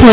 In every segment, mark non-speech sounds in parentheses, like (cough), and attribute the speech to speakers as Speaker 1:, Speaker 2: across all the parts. Speaker 1: 活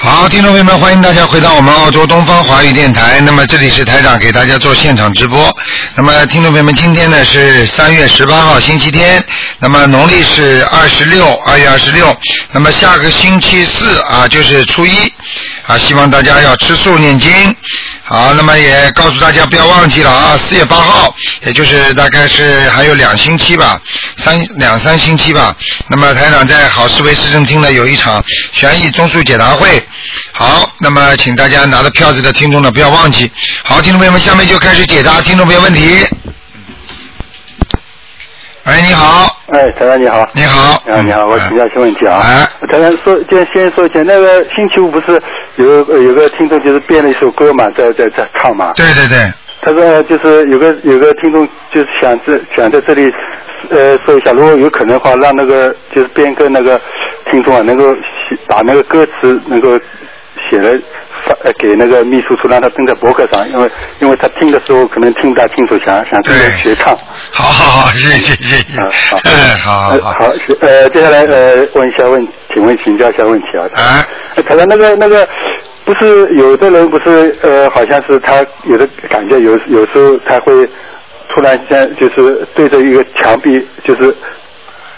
Speaker 2: 好，听众朋友们，欢迎大家回到我们澳洲东方华语电台。那么这里是台长给大家做现场直播。那么听众朋友们，今天呢是三月十八号星期天，那么农历是二十六，二月二十六。那么下个星期四啊，就是初一啊，希望大家要吃素念经。好，那么也告诉大家不要忘记了啊，四月八号，也就是大概是还有两星期吧，三两三星期吧。那么台长在好市委市政厅呢有一场悬疑综述解答会。好，那么请大家拿到票子的听众呢不要忘记。好，听众朋友们，下面就开始解答听众朋友问题。哎，你好，
Speaker 3: 哎，台长你好。
Speaker 2: 你好，
Speaker 3: 啊，你好，我请教一些问题啊。
Speaker 2: 嗯哎，
Speaker 3: 台长说，先先说一下，那个星期五不是有个有个听众就是编了一首歌嘛，在在在唱嘛。
Speaker 2: 对对对，
Speaker 3: 他说就是有个有个听众就是想这想在这里呃说一下，如果有可能的话，让那个就是编个那个听众啊，能够写把那个歌词能够写了发呃给那个秘书处，让他登在博客上，因为因为他听的时候可能听不大清楚，想想跟着学唱。
Speaker 2: 好好好，谢谢谢谢，
Speaker 3: 嗯好
Speaker 2: 嗯， (laughs) 好好
Speaker 3: 呃
Speaker 2: 好，
Speaker 3: 好，是呃，接下来呃，问一下问，请问请教一下问题啊。
Speaker 2: 哎，
Speaker 3: 呃他说那个那个，不是有的人不是呃，好像是他有的感觉有有时候他会突然间就是对着一个墙壁就是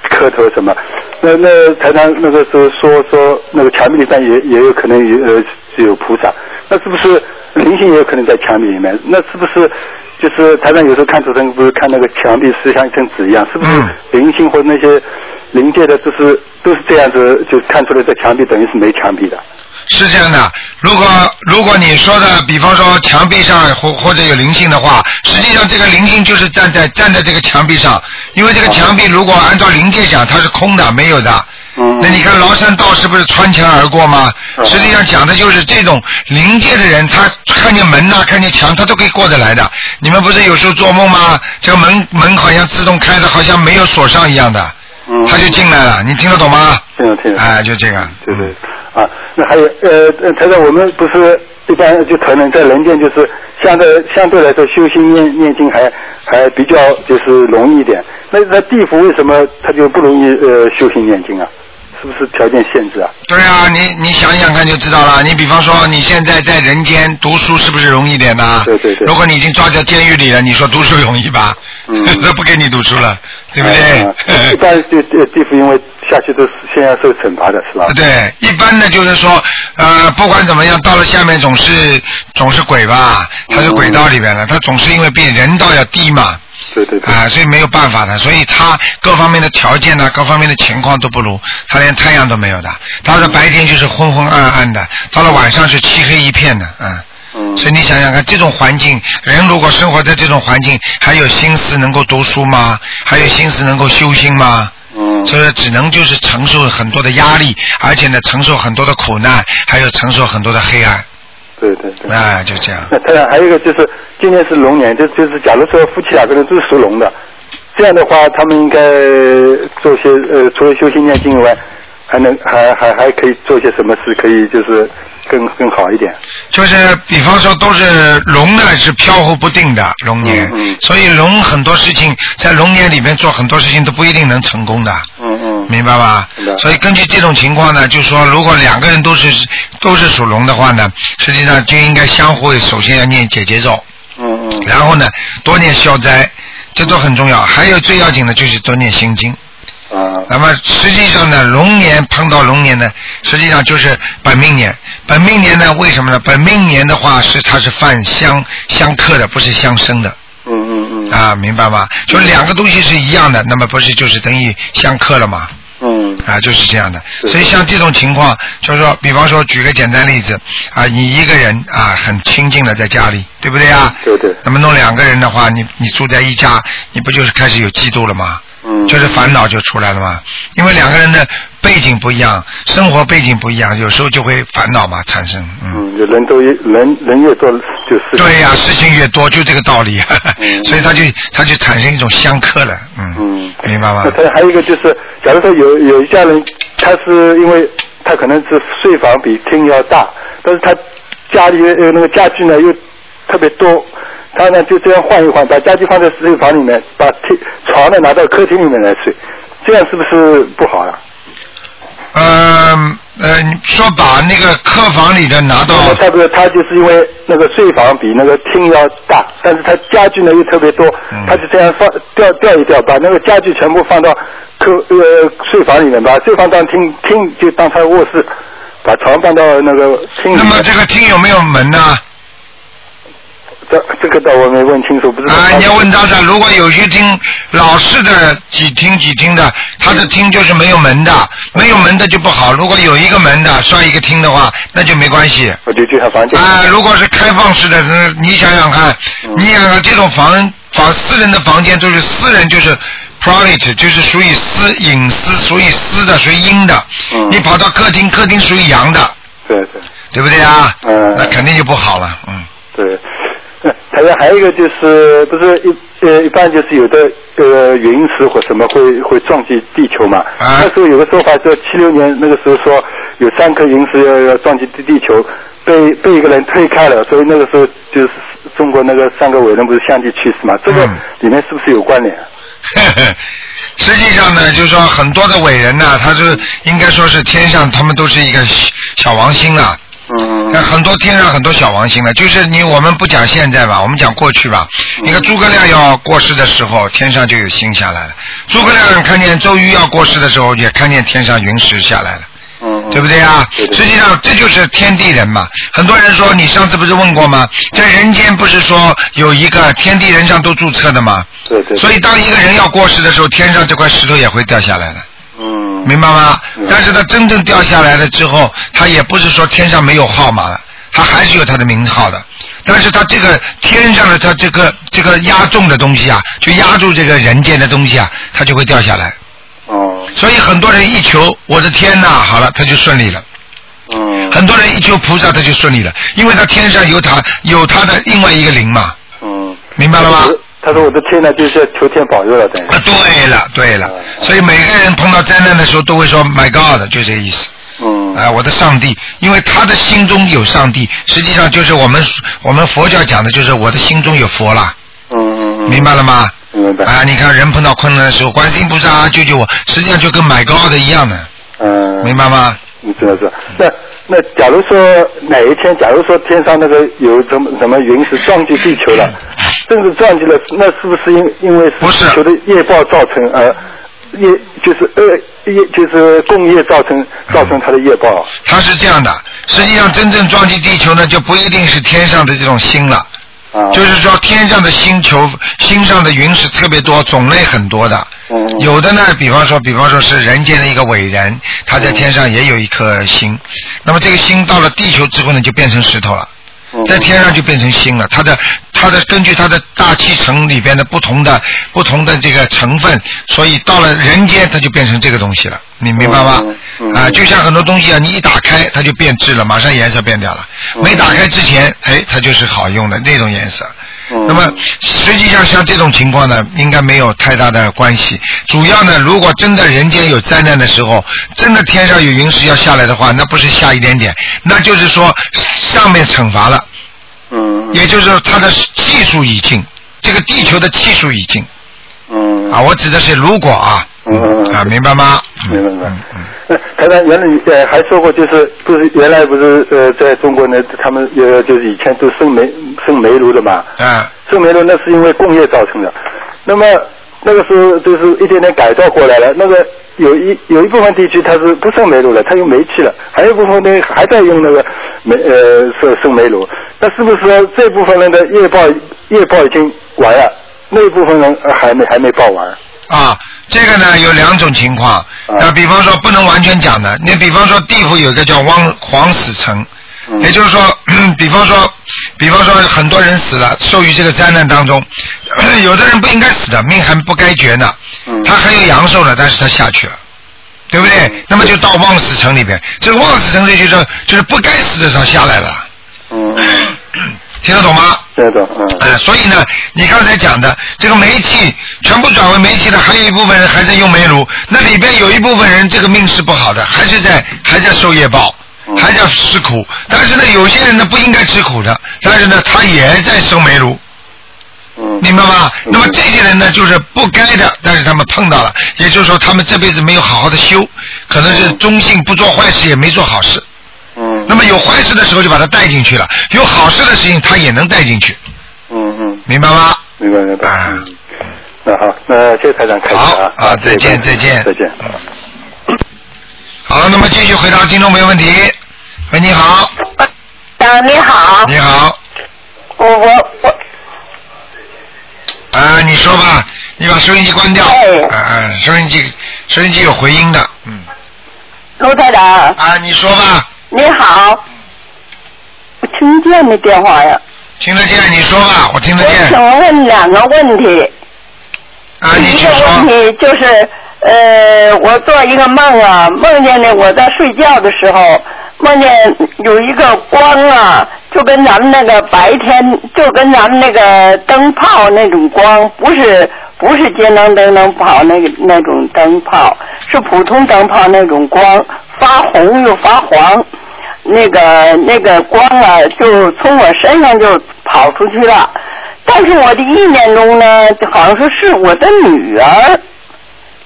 Speaker 3: 磕头什么。那那台长那个时候说说那个墙壁里面也也有可能有呃有菩萨，那是不是灵性也有可能在墙壁里面？那是不是就是台长有时候看图腾不是看那个墙壁是像一层纸一样，是不是
Speaker 2: 嗯
Speaker 3: 灵性或者那些灵界的就是都是这样子，就看出来这墙壁等于是没墙壁的？
Speaker 2: 是这样的，如果如果你说的，比方说墙壁上或或者有灵性的话，实际上这个灵性就是站在站在这个墙壁上，因为这个墙壁如果按照灵界讲，它是空的，没有的。
Speaker 3: 嗯
Speaker 2: 那你看崂山道士不是穿墙而过吗？
Speaker 3: 嗯
Speaker 2: 实际上讲的就是这种灵界的人，他看见门呐、看见墙，他都可以过得来的。你们不是有时候做梦吗？这个门门好像自动开的，好像没有锁上一样的，
Speaker 3: 嗯，
Speaker 2: 他就进来了。你听得懂吗？
Speaker 3: 这样这样。
Speaker 2: 哎，就这个。
Speaker 3: 对对，啊，那还有呃，呃台长，我们不是一般就可能在人间就是相对相对来说修心念念经还还比较就是容易一点，那在地府为什么他就不容易呃修心念经啊？是不是条件限制啊？
Speaker 2: 对啊，你你想想看就知道了。你比方说，你现在在人间读书是不是容易点呢？
Speaker 3: 对对对
Speaker 2: 如果你已经抓在监狱里了，你说读书容易吧？
Speaker 3: 嗯
Speaker 2: 那不给你读书了， (laughs) 对不
Speaker 3: 嗯嗯
Speaker 2: 对？
Speaker 3: 一般就呃地府因为下去都是先要受惩罚的是吧？
Speaker 2: (laughs) 对，一般的就是说，呃，不管怎么样，到了下面总是总是鬼吧，他
Speaker 3: 嗯
Speaker 2: 是鬼道里边了，他总是因为比人道要低嘛，
Speaker 3: 对对对。
Speaker 2: 啊、所以没有办法的，所以他各方面的条件呢、各方面的情况都不如，他连太阳都没有的，到了白天就是昏昏暗暗的，到了晚上是漆黑一片的，嗯。
Speaker 3: 嗯。
Speaker 2: 所以你想想看，这种环境，人如果生活在这种环境，还有心思能够读书吗？还有心思能够修心吗？
Speaker 3: 嗯。
Speaker 2: 所以只能就是承受很多的压力，而且呢，承受很多的苦难，还有承受很多的黑暗，
Speaker 3: 对对对。
Speaker 2: 哎、就这样。
Speaker 3: 那当然还有一个就是今年是龙年，就就是假如说夫妻两个人都是属龙的，这样的话，他们应该做些呃，除了修心念经以外，还能还还还可以做些什么事，可以就是更更好一点。
Speaker 2: 就是比方说，都是龙呢是飘忽不定的龙年，
Speaker 3: 嗯嗯
Speaker 2: 所以龙很多事情在龙年里面做很多事情都不一定能成功的，
Speaker 3: 嗯嗯
Speaker 2: 明白吧
Speaker 3: 明白？
Speaker 2: 所以根据这种情况呢，就说如果两个人都是都是属龙的话呢，实际上就应该相互首先要念解结咒，
Speaker 3: 嗯嗯
Speaker 2: 然后呢多念消灾，这都很重要。还有最要紧的就是多念心经。
Speaker 3: 啊
Speaker 2: 那么实际上呢，龙年碰到龙年呢，实际上就是本命年。本命年呢，为什么呢？本命年的话是它是犯相相克的，不是相生的
Speaker 3: 嗯嗯嗯
Speaker 2: 啊，明白吗？就两个东西是一样的，那么不是就是等于相克了吗？
Speaker 3: 嗯
Speaker 2: 啊，就是这样的。
Speaker 3: 是
Speaker 2: 所以像这种情况，就是说，比方说，举个简单例子啊，你一个人啊，很清静的在家里，对不对啊？
Speaker 3: 对对
Speaker 2: 那么弄两个人的话，你你住在一家，你不就是开始有嫉妒了吗？
Speaker 3: 嗯，
Speaker 2: 就是烦恼就出来了嘛。因为两个人的背景不一样，生活背景不一样，有时候就会烦恼嘛产生。嗯，
Speaker 3: 嗯，人都越人人越多就事情
Speaker 2: 对呀、事情越多就这个道理，
Speaker 3: 嗯
Speaker 2: (laughs) 所以他就他就产生一种相克了。嗯，
Speaker 3: 嗯
Speaker 2: 明白吗
Speaker 3: 那？他还有一个就是，假如说有有一家人，他是因为他他可能是睡房比厅要大，但是他家里呃那个家具呢又特别多，他呢就这样换一换，把家具放在睡房里面，把厅床呢拿到客厅里面来睡，这样是不是不好啊呀、
Speaker 2: 嗯呃，你说把那个客房里的拿到
Speaker 3: 那么他不是他就是因为那个睡房比那个厅要大，但是他家具呢又特别多，
Speaker 2: 嗯
Speaker 3: 他就这样放调调一调，把那个家具全部放到客呃睡房里面，把睡房当厅，厅就当他卧室，把床放到那个厅里面。
Speaker 2: 那么这个厅有没有门呢？
Speaker 3: 这这个倒我没问清楚，不知道。
Speaker 2: 啊，你要问他的，如果有些厅老式的几厅几厅的，他的厅就是没有门的，没有门的就不好。如果有一个门的算一个厅的话，那就没关系。
Speaker 3: 我就去他房间。
Speaker 2: 啊，如果是开放式的，那你想想看，
Speaker 3: 嗯
Speaker 2: 你想想这种房房私人的房间，就是私人就是 private，就是属于私隐私，属于私的，属于阴的。
Speaker 3: 嗯
Speaker 2: 你跑到客厅，客厅属于阳的，
Speaker 3: 对对
Speaker 2: 对不对啊？
Speaker 3: 嗯
Speaker 2: 那肯定就不好了，嗯。 (laughs)
Speaker 3: 对。 (laughs) 还有还有一个就是，不是一呃一般就是有的呃陨石或什么会会撞击地球嘛？
Speaker 2: 啊
Speaker 3: 那时候有个说法说，七六年那个时候说有三颗陨石要要撞击地地球，被被一个人推开了，所以那个时候就是中国那个三个伟人不是相继去世嘛？这个
Speaker 2: 嗯
Speaker 3: 里面是不是有关联？
Speaker 2: 实际上呢，就是说很多的伟人呐、他是应该说是天上他们都是一个小小王星啊了、
Speaker 3: 嗯
Speaker 2: 那很多天上很多小王星了，就是你我们不讲现在吧，我们讲过去吧。
Speaker 3: 嗯
Speaker 2: 你看诸葛亮要过世的时候，天上就有星下来了；诸葛亮看见周瑜要过世的时候，也看见天上云石下来了。
Speaker 3: 嗯，
Speaker 2: 对不对啊？
Speaker 3: 对对
Speaker 2: 实际上这就是天地人嘛。很多人说，你上次不是问过吗？在人间不是说有一个天地人上都注册的吗？
Speaker 3: 对对，
Speaker 2: 所以当一个人要过世的时候，天上这块石头也会掉下来的，
Speaker 3: 嗯，
Speaker 2: 明白吗
Speaker 3: 嗯？
Speaker 2: 但是他真正掉下来了之后，他也不是说天上没有号码了，他还是有他的名号的。但是他这个天上的他这个这个压重的东西啊，就压住这个人间的东西啊，他就会掉下来。
Speaker 3: 哦，
Speaker 2: 所以很多人一求我的天呐，好了，他就顺利了。
Speaker 3: 嗯，
Speaker 2: 很多人一求菩萨，他就顺利了，因为他天上有他有他的另外一个灵嘛，
Speaker 3: 嗯，
Speaker 2: 明白了吗？
Speaker 3: 他说我的天呢，就是求天保佑了，等于
Speaker 2: 啊，对了，对了，所以每个人碰到灾难的时候都会说 “My God”，就这个意思。
Speaker 3: 嗯，
Speaker 2: 啊，我的上帝，因为他的心中有上帝，实际上就是我们我们佛教讲的，就是我的心中有佛了，
Speaker 3: 嗯嗯嗯，
Speaker 2: 明白了吗？
Speaker 3: 明白，
Speaker 2: 啊，你看人碰到困难的时候，观世音菩萨救救我，实际上就跟 “My God” 一样的，
Speaker 3: 嗯，
Speaker 2: 明白吗？
Speaker 3: 你知道是吧？那那假如说哪一天，假如说天上那个有什么什么陨石撞击地球了，甚至撞击了，那是不是因因为
Speaker 2: 嗯不是
Speaker 3: 地球的业报造成而业就是恶业就是共业造
Speaker 2: 嗯
Speaker 3: 成造成它的业报？
Speaker 2: 它是这样的，实际上真正撞击地球呢，就不一定是天上的这种星了。
Speaker 3: 啊，
Speaker 2: 就是说天上的星球、星上的云是特别多，种类很多的。
Speaker 3: 嗯
Speaker 2: 有的呢，比方说，比方说是人间的一个伟人，他在天上也有一颗星，那么这个星到了地球之后呢，就变成石头了。
Speaker 3: 嗯
Speaker 2: 在天上就变成星了，它的它的根据它的大气层里边的不同的不同的这个成分，所以到了人间它就变成这个东西了，你明白吗
Speaker 3: 嗯？嗯
Speaker 2: 啊，就像很多东西啊，你一打开它就变质了，马上颜色变掉了。没打开之前，哎，它就是好用的那种颜色。
Speaker 3: 嗯
Speaker 2: 那么实际上像这种情况呢，应该没有太大的关系。主要呢，如果真的人间有灾难的时候，真的天上有云石要下来的话，那不是下一点点，那就是说上面惩罚了，
Speaker 3: 嗯
Speaker 2: 也就是说它的技术已尽，这个地球的技术已尽
Speaker 3: 嗯
Speaker 2: 啊。我指的是如果啊，
Speaker 3: 嗯嗯嗯
Speaker 2: 啊，明白吗？嗯
Speaker 3: 明白明白
Speaker 2: 嗯嗯。
Speaker 3: 呃，台长，原来你呃还说过，就是不是原来不是呃在中国呢，他们呃就是以前都生煤生煤炉的嘛，
Speaker 2: 啊，
Speaker 3: 生煤炉那是因为工业造成的。那么那个时候就是一点点改造过来了。那个有一有一部分地区它是不生煤炉了，它用煤气了；还有一部分呢还在用那个煤呃生生煤炉。那是不是说这部分人的业报业报已经完了，那部分人呃还没还没报完？
Speaker 2: 啊，这个呢有两种情况。那比方说不能完全讲的，你比方说地府有一个叫汪黄死城，
Speaker 3: 嗯
Speaker 2: 也就是说， (clears throat) 比方说，比方说很多人死了，受于这个灾难当中， (clears throat) 有的人不应该死的，命还不该绝呢，
Speaker 3: 嗯
Speaker 2: 他还有阳寿呢，但是他下去了。对不对？那么就到望死 (coughs) 城里边，这个望死城里就是就是不该死的时候下来了，
Speaker 3: 嗯，
Speaker 2: 听得懂吗？
Speaker 3: 听得懂，嗯，
Speaker 2: 呃，所以呢，你刚才讲的这个煤气全部转为煤气的，还有一部分人还在用煤炉，那里边有一部分人这个命是不好的，还是在还在受业报，
Speaker 3: 嗯
Speaker 2: 还在吃苦。但是呢，有些人呢不应该吃苦的，但是呢他也在受煤炉，
Speaker 3: 嗯，
Speaker 2: 明白吗？
Speaker 3: 嗯
Speaker 2: 那么这些人呢就是不该的，但是他们碰到了，也就是说他们这辈子没有好好的修，可能是
Speaker 3: 嗯
Speaker 2: 忠信不做坏事，也没做好事。
Speaker 3: 嗯，
Speaker 2: 那么有坏事的时候就把他带进去了，有好事的事情他也能带进去，
Speaker 3: 嗯嗯，
Speaker 2: 明白吗？
Speaker 3: 明白明白。
Speaker 2: 啊
Speaker 3: 嗯，那好，那谢谢台长开始啊，
Speaker 2: 好啊再见
Speaker 3: 谢
Speaker 2: 再
Speaker 3: 谢
Speaker 2: 见
Speaker 3: 再见。
Speaker 2: 好，那么继续回答听众朋友问题。喂，你好，
Speaker 4: 啊，你好，
Speaker 2: 你好，
Speaker 4: 我我我，
Speaker 2: 啊、你说吧，你把收音机关掉，啊、
Speaker 4: 哎
Speaker 2: 啊收音机，收音机有回音的，嗯，
Speaker 4: 卢台长，
Speaker 2: 啊，你说吧，
Speaker 4: 你好，
Speaker 2: 嗯
Speaker 4: 我听不见你电话呀。
Speaker 2: 听得见，你说吧，我听
Speaker 4: 我
Speaker 2: 得见，
Speaker 4: 请问两个问题，
Speaker 2: 啊，你
Speaker 4: 一
Speaker 2: 请
Speaker 4: 个问
Speaker 2: 说，
Speaker 4: 题就是，呃，我做一个梦啊，梦见呢我在睡觉的时候，梦见有一个光啊，就跟咱们那个白天，就跟咱们那个灯泡那种光，不是不是节能灯能跑那个那种灯泡，是普通灯泡那种光，发红又发黄。那个那个光啊，就从我身上就跑出去了。但是我的意念中呢，好像说是我的女儿，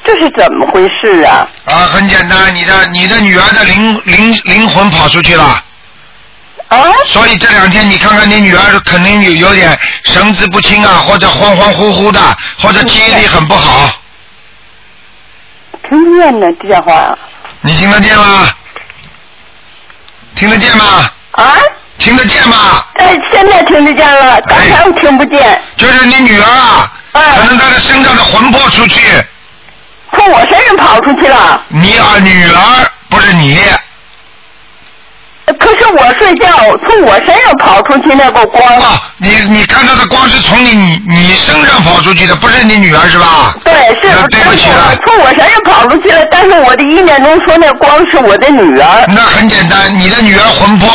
Speaker 4: 这是怎么回事啊？
Speaker 2: 啊，很简单，你的你的女儿的灵灵灵魂跑出去了，
Speaker 4: 啊？
Speaker 2: 所以这两天你看看你女儿肯定有有点神志不清啊，或者恍恍惚惚的，或者记忆力很不好，
Speaker 4: 听不见呢，这话啊？
Speaker 2: 你听得见吗？听得见吗？
Speaker 4: 啊？
Speaker 2: 听得见吗？
Speaker 4: 哎，现在听得见了，刚才我听不见，
Speaker 2: 就是你女儿啊，
Speaker 4: 哎
Speaker 2: 可能她的身上的魂魄出去，
Speaker 4: 从我身上跑出去了。
Speaker 2: 你啊女儿不是你，
Speaker 4: 可是我睡觉，从我身上跑出去那个光，
Speaker 2: 哦，你你看到的光是从你你你身上跑出去的，不是你女儿是吧？
Speaker 4: 对，是
Speaker 2: 那，对不起了
Speaker 4: 从我身上跑出去了，但是我的意念中说那光是我的女儿。
Speaker 2: 那很简单，你的女儿魂魄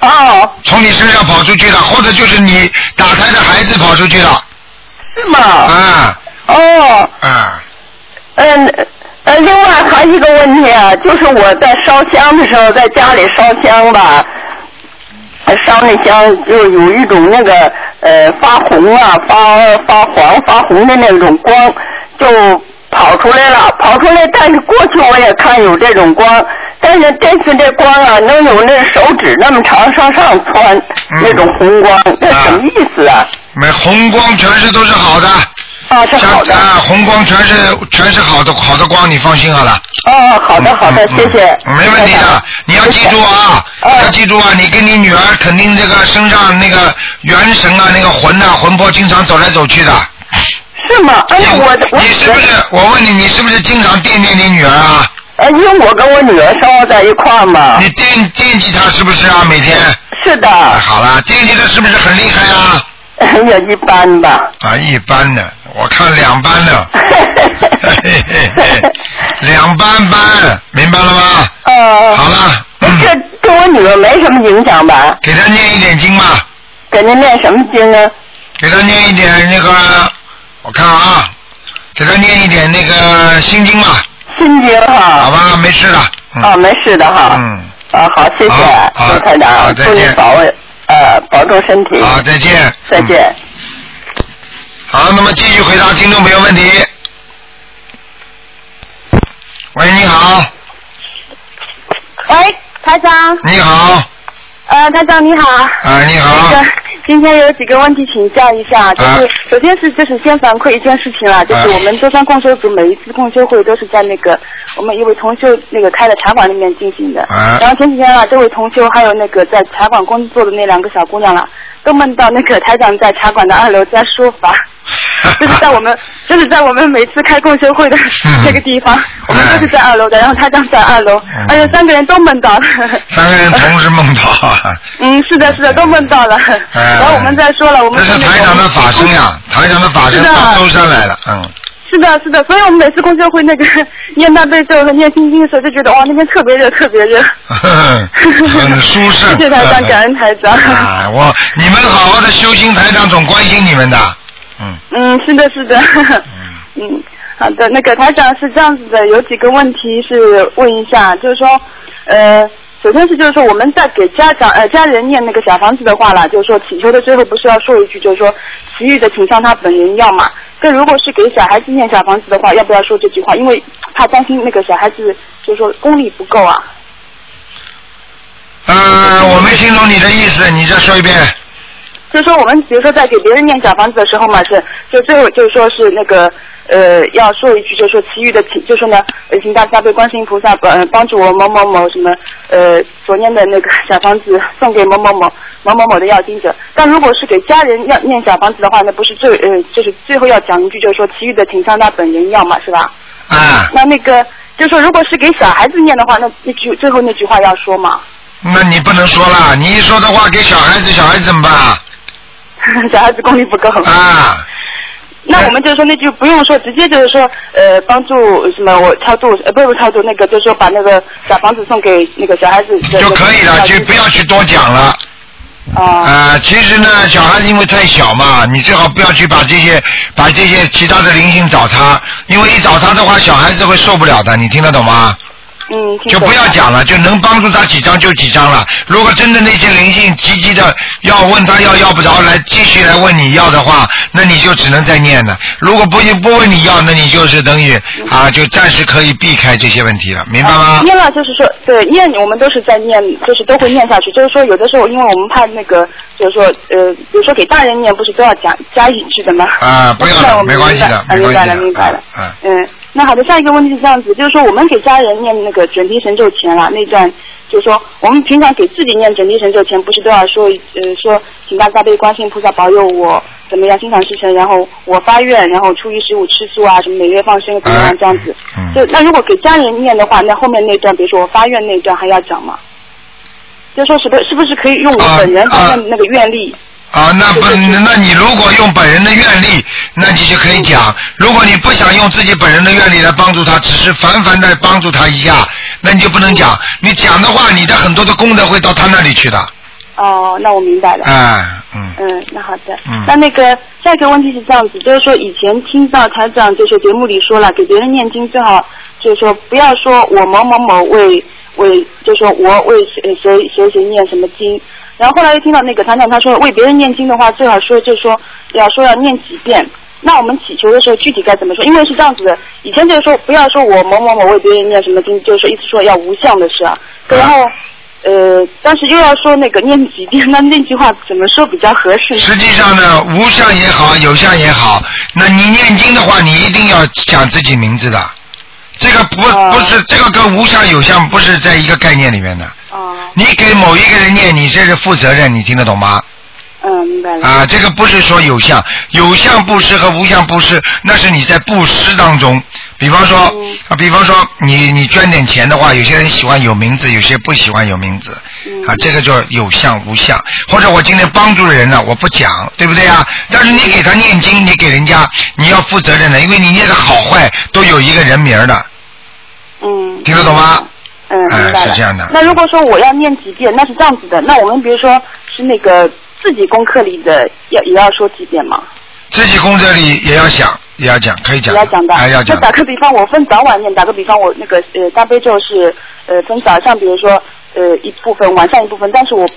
Speaker 4: 哦，
Speaker 2: 从你身上跑出去了，或者就是你打胎的孩子跑出去了，
Speaker 4: 是吗？
Speaker 2: 啊
Speaker 4: 哦，
Speaker 2: 啊，
Speaker 4: 嗯，呃，另外还有一个问题啊，就是我在烧香的时候，在家里烧香吧，呃烧那香就有一种那个呃发红啊、发发黄、发红的那种光，就跑出来了，跑出来。但是过去我也看有这种光，但是这次这光啊，能有那手指那么长上上窜、
Speaker 2: 嗯
Speaker 4: 那种红光，这什么意思啊？
Speaker 2: 没红光全是都是好的，
Speaker 4: 啊，是好
Speaker 2: 像
Speaker 4: 的。
Speaker 2: 啊红光全是全是好的好的光，你放心好了。
Speaker 4: 哦，好的，好的，
Speaker 2: 嗯嗯
Speaker 4: 谢谢。
Speaker 2: 嗯没问题
Speaker 4: 台长
Speaker 2: 的，你要记住啊，
Speaker 4: 嗯
Speaker 2: 要记住啊，你跟你女儿肯定这个身上那个元神啊，那个魂呐、魂魄经常走来走去的。
Speaker 4: 是吗？哎呀，我我
Speaker 2: 你是不是？我问你，你是不是经常惦念你女儿啊？
Speaker 4: 呃，因为我跟我女儿生活在一块儿嘛。
Speaker 2: 你惦惦记她是不是啊？每天？
Speaker 4: 是的，
Speaker 2: 啊，好了，惦记的是不是很厉害啊？
Speaker 4: (laughs) 也一般吧。
Speaker 2: 啊，一般的，我看两班
Speaker 4: (laughs)
Speaker 2: 的，嘿嘿嘿两班班，明白了吗？
Speaker 4: 呃，
Speaker 2: 好了，
Speaker 4: 这
Speaker 2: 嗯，
Speaker 4: 对我女儿没什么影响吧？
Speaker 2: 给她念一点经吧。
Speaker 4: 给您念什么经啊呢？
Speaker 2: 给他念一点那个，我看啊，给他念一点那个心经吧，
Speaker 4: 心经
Speaker 2: 好
Speaker 4: 哈。
Speaker 2: 吧，没事的。嗯、
Speaker 4: 啊，没事的哈。
Speaker 2: 嗯，
Speaker 4: 啊，好，谢谢
Speaker 2: 好好
Speaker 4: 刘台
Speaker 2: 好
Speaker 4: 长，
Speaker 2: 再
Speaker 4: 祝你
Speaker 2: 见
Speaker 4: 保呃保重身体，
Speaker 2: 好，再见。
Speaker 4: 再见。
Speaker 2: 嗯好，那么继续回答听众朋友问题。喂，你好，
Speaker 5: 喂，台长，
Speaker 2: 你好，
Speaker 5: 呃，台长你好。
Speaker 2: 啊，你
Speaker 5: 那
Speaker 2: 好
Speaker 5: 个，，今天有几个问题请教一下，就
Speaker 2: 啊
Speaker 5: 是首先是就是先反馈一件事情啦，就
Speaker 2: 啊
Speaker 5: 是我们舟山共修组每一次共修会都是在那个我们一位同修那个开的茶馆里面进行的，
Speaker 2: 啊
Speaker 5: 然后前几天啊，这位同修还有那个在茶馆工作的那两个小姑娘啦，都梦到那个台长在茶馆的二楼在说法。 (laughs) 就是在我们，就是在我们每次开共修会的那个地方，我们都是在二楼的，然后台长在二楼
Speaker 2: 嗯，
Speaker 5: 而且三个人都梦到了。
Speaker 2: (laughs) 三个人同时梦到，
Speaker 5: 嗯，是的，是的，都梦到了。 (laughs) 然后我们再说了，我们
Speaker 2: 哎这是
Speaker 5: 说那
Speaker 2: 台
Speaker 5: 个
Speaker 2: 长的法身呀、台长的法身
Speaker 5: 是的
Speaker 2: 到舟山来了，嗯，
Speaker 5: (laughs)
Speaker 2: (laughs)
Speaker 5: 是是的，是的，所以我们每次公修会那个 (laughs) 念大悲咒和念心经的时候，就觉得哇，那边特别热，特别热。
Speaker 2: 很舒适。
Speaker 5: (laughs)
Speaker 2: 嗯
Speaker 5: 谢谢台长，感恩台长。
Speaker 2: 啊，我你们好好的修行，台长总关心你们的。
Speaker 5: 嗯，是的，是的。嗯，好的，那个台长是这样子的，有几个问题是问一下，就是说，呃，首先是就是说我们在给家长呃家人念那个小房子的话啦，就是说请求的最后不是要说一句，就是说其余的请向他本人要嘛。这如果是给小孩子念小房子的话，要不要说这句话？因为怕担心那个小孩子就是说功力不够啊。
Speaker 2: 呃，我没听懂你的意思，你再说一遍。
Speaker 5: 就是说我们比如说在给别人念小房子的时候嘛，是就最后就是说是那个呃要说一句，就是说其余的请，就说呢，呃请大慈大悲观世音菩萨帮、呃、帮助我某某某什么呃所念的那个小房子送给某某某某某某的要经者。但如果是给家人要念小房子的话，那不是最呃就是最后要讲一句，就是说其余的请向他本人要嘛，是吧？
Speaker 2: 啊。
Speaker 5: 那那个就说如果是给小孩子念的话，那那句最后那句话要说嘛。 (laughs)
Speaker 2: 那你不能说了，你一说的话，给小孩子，小孩子怎么办啊？
Speaker 5: 小孩子功力不够。
Speaker 2: 啊。
Speaker 5: 那我们就说那句不用说，直接就是说，呃，帮助什么我超度，呃，不是超度那个，就是说把那个小房子送给那个小孩子就
Speaker 2: 可以了，就不要去多讲了。
Speaker 5: 啊、
Speaker 2: 呃，其实呢，小孩子因为太小嘛，你最好不要去把这些、把这些其他的灵性找他，因为一找他的话，小孩子会受不了的，你听得懂吗？
Speaker 5: 嗯，
Speaker 2: 呃就不要讲了，就能帮助他几张就几张了。如果真的那些灵性积极的要问他要要不着来继续来问你要的话，那你就只能再念了。如果不不问你要，那你就是等于啊，就暂时可以避开这些问题了，明白吗？
Speaker 5: 啊念了就是说，对念我们都是在念，就是都会念下去。就是说，有的时候因为我们怕那个，就是说，呃，比如说给大人念，不是都要讲加一句的吗？
Speaker 2: 啊，不要
Speaker 5: 那
Speaker 2: 了，
Speaker 5: 我们
Speaker 2: 没关系
Speaker 5: 明白
Speaker 2: 的，
Speaker 5: 啊
Speaker 2: 没关系的。
Speaker 5: 明白了明白了
Speaker 2: 嗯。嗯
Speaker 5: 嗯，那好的，下一个问题是这样子，就是说我们给家人念那个准提神咒前啦，那段就是说我们平常给自己念准提神咒前，不是都要说呃说请大慈大悲观世音菩萨保佑我怎么样心想事成，然后我发愿，然后初一十五吃素啊，什么每月放生怎么
Speaker 2: 哎
Speaker 5: 样这样子。
Speaker 2: 嗯
Speaker 5: 就那如果给家人念的话，那后面那段，比如说我发愿那段还要讲吗？就说是不是是不是可以用我本人发的那个愿力？
Speaker 2: 啊，那不，那你如果用本人的愿力，那你就可以讲；如果你不想用自己本人的愿力来帮助他，只是凡凡的帮助他一下，那你就不能讲。你讲的话，你的很多的功德会到他那里去的。
Speaker 5: 哦，那我明白了。
Speaker 2: 哎，嗯。
Speaker 5: 嗯，那好的。
Speaker 2: 嗯
Speaker 5: 那那个下一个问题是这样子，就是说以前听到台长就是节目里说了，给别人念经最好就是说不要说我某某某为为，就是说我为谁谁谁谁念什么经。然后后来又听到那个台长他说为别人念经的话，最好说就是说要说要念几遍。那我们祈求的时候具体该怎么说？因为是这样子的，以前就是说不要说我某某某为别人念什么经，就是说一直说要无相的事啊。然后呃，但是又要说那个念几遍， (laughs) 那那句话怎么说比较合适？
Speaker 2: 实际上呢，无相也好，有相也好，那你念经的话，你一定要讲自己名字的。这个不不是这个跟无相有相不是在一个概念里面的。
Speaker 5: 哦
Speaker 2: 你给某一个人念，你这是负责任，你听得懂吗？
Speaker 5: 嗯，明白了。
Speaker 2: 啊，这个不是说有相，有相布施和无相布施，那是你在布施当中。比方说，啊，比方说你你捐点钱的话，有些人喜欢有名字，有些不喜欢有名字，
Speaker 5: 嗯
Speaker 2: 啊，这个叫有相无相。或者我今天帮助了人了，我不讲，对不对啊？但是你给他念经，你给人家，你要负责任的，因为你念的好坏都有一个人名儿的。
Speaker 5: 嗯。
Speaker 2: 听得懂吗？
Speaker 5: 嗯，明白了。
Speaker 2: 哎是这样的
Speaker 5: 那如果说我要念几遍，那是这样子的。那我们比如说是那个自己功课里的，要也要说几遍嘛？
Speaker 2: 自己工作里也要想，也要讲，可以
Speaker 5: 也
Speaker 2: 讲的，
Speaker 5: 要讲的。
Speaker 2: 哎，要讲的
Speaker 5: 那打个比方，我分早晚念。打个比方，我那个呃大悲咒是呃分早上，比如说呃一部分，晚上一部分。但是我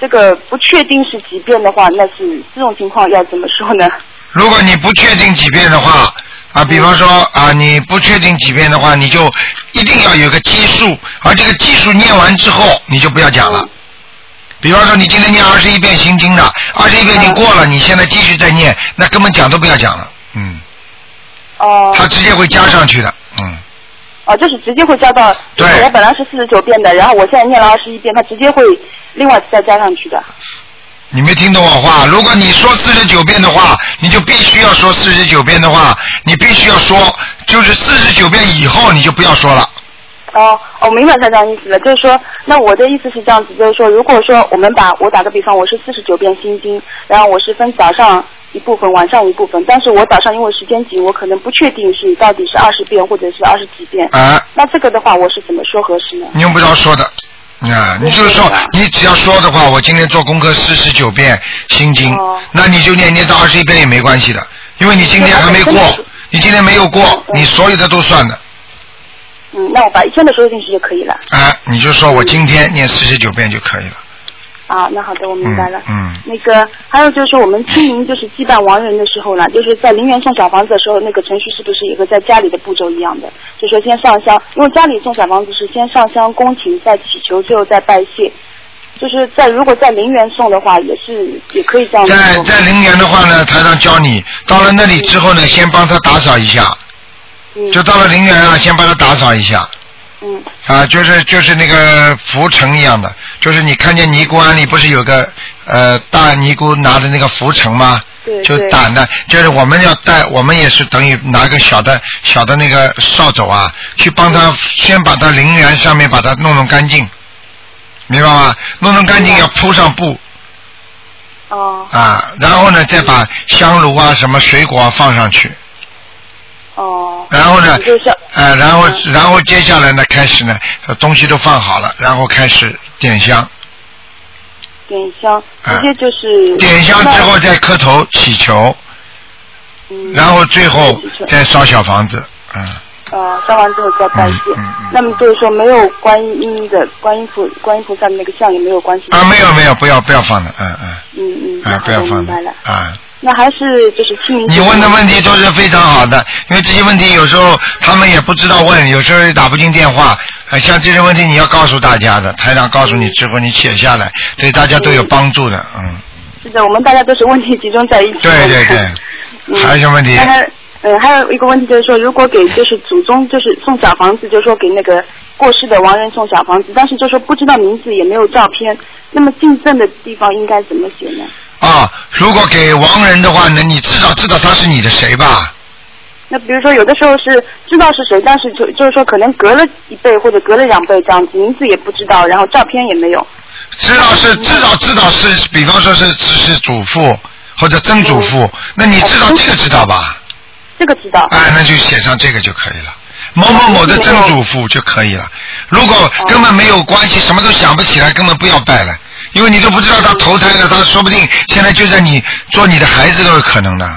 Speaker 5: 这个不确定是几遍的话，那是这种情况要怎么说呢？
Speaker 2: 如果你不确定几遍的话，啊，比方说啊，你不确定几遍的话，你就一定要有个基数，而这个基数念完之后，你就不要讲了。比方说，你今天念二十一遍心经的，二十一遍已经过了，你现在继续再念，那根本讲都不要讲了，嗯，
Speaker 5: 哦、
Speaker 2: 它直接会加上去的，嗯，
Speaker 5: 哦，就是直接会加到，就是我本来是四十九遍的，然后我现在念了二十一遍，它直接会另外再加上去的。
Speaker 2: 你没听懂我话？如果你说四十九遍的话，你就必须要说四十九遍的话，你必须要说，就是四十九遍以后你就不要说了。
Speaker 5: 哦，我、明白台长意思了，就是说，那我的意思是这样子，就是说，如果说我们把我打个比方，我是四十九遍心经，然后我是分早上一部分，晚上一部分。但是我早上因为时间紧，我可能不确定是到底是二十遍或者是二十几遍。
Speaker 2: 啊，嗯
Speaker 5: 那这个的话，我是怎么说合适呢？
Speaker 2: 你用不着说的。啊，你就是说，你只要说的话，我今天做功课四十九遍心经，那你就念念到二十一遍也没关系的，因为你今天还没过
Speaker 5: 对我本身，
Speaker 2: 你今天没有过，你所有的都算的。
Speaker 5: 嗯，那我把一天的说进去就可以了。
Speaker 2: 啊，你就说我今天念四十九遍就可以了。
Speaker 5: 啊，那好的，我明白了。
Speaker 2: 嗯
Speaker 5: 那个，还有就是我们清明就是祭拜亡人的时候呢，就是在陵园送小房子的时候，那个程序是不是也跟在家里的步骤一样的？就说先上香，因为家里送小房子是先上香恭请，再祈求，最后再拜谢。就是在如果在陵园送的话，也是也可以这样子
Speaker 2: 在
Speaker 5: 做
Speaker 2: 在陵园的话呢，台上教你，到了那里之后呢，先帮他打扫一下，就到了陵园啊，先帮他打扫一下。
Speaker 5: 嗯。
Speaker 2: 啊，就是就是那个浮尘一样的，就是你看见尼姑庵里不是有个呃大尼姑拿的那个浮尘吗？
Speaker 5: 对
Speaker 2: 就
Speaker 5: 对
Speaker 2: 打的，就是我们要带，我们也是等于拿个小的小的那个扫帚啊，去帮
Speaker 5: 嗯
Speaker 2: 他先把他陵园上面把它弄弄干净，明白吗？弄弄干净要铺上布，
Speaker 5: 哦
Speaker 2: 啊，然后呢，再把香炉啊、什么水果、啊、放上去，
Speaker 5: 哦。
Speaker 2: 然后呢
Speaker 5: 就像，嗯
Speaker 2: 呃，然后然后接下来呢，开始呢，呃东西都放好了，然后开始点香，
Speaker 5: 嗯点香，
Speaker 2: 啊
Speaker 5: 直接就是
Speaker 2: 点香之后再磕头祈求，
Speaker 5: 嗯
Speaker 2: 然后最后
Speaker 5: 祈求
Speaker 2: 再烧小房子，嗯，
Speaker 5: 呃，烧完之后再拜谢。那么就是说没有观音的观音菩观音菩萨的那个像也没有关系。
Speaker 2: 啊，没有没有，不要不要放的，嗯嗯，
Speaker 5: 嗯嗯，
Speaker 2: 啊，不要
Speaker 5: 好的
Speaker 2: 放
Speaker 5: 明
Speaker 2: 的
Speaker 5: 白了。，啊，那还是就是清明。
Speaker 2: 你问的问题都是非常好的，因为这些问题有时候他们也不知道问，有时候也打不进电话。啊，像这些问题你要告诉大家的，台长告诉你之后你写下来，对大家都有帮助的，嗯，
Speaker 5: 是的，我们大家都是问题集中在一起。
Speaker 2: 对对对。
Speaker 5: 嗯。
Speaker 2: 还有什么问题
Speaker 5: 那还呃，还有一个问题就是说，如果给就是祖宗就是送小房子，就是说给那个过世的亡人送小房子，但是就说不知道名字也没有照片，那么进赠的地方应该怎么写呢？
Speaker 2: 啊，如果给亡人的话呢，你至少知道他是你的谁吧？
Speaker 5: 那比如说，有的时候是知道是谁，但是就就是说，可能隔了一辈或者隔了两辈这样子，名字也不知道，然后照片也没有。
Speaker 2: 知道是至少知道是，比方说是是祖父或者曾祖父，那你知道这个知道吧？
Speaker 5: 这个知道。
Speaker 2: 哎，那就写上这个就可以了。某某某的曾祖父就可以了。如果根本没有关系，什么都想不起来，根本不要拜了，因为你都不知道他投胎了，他说不定现在就在你做你的孩子都有可能的。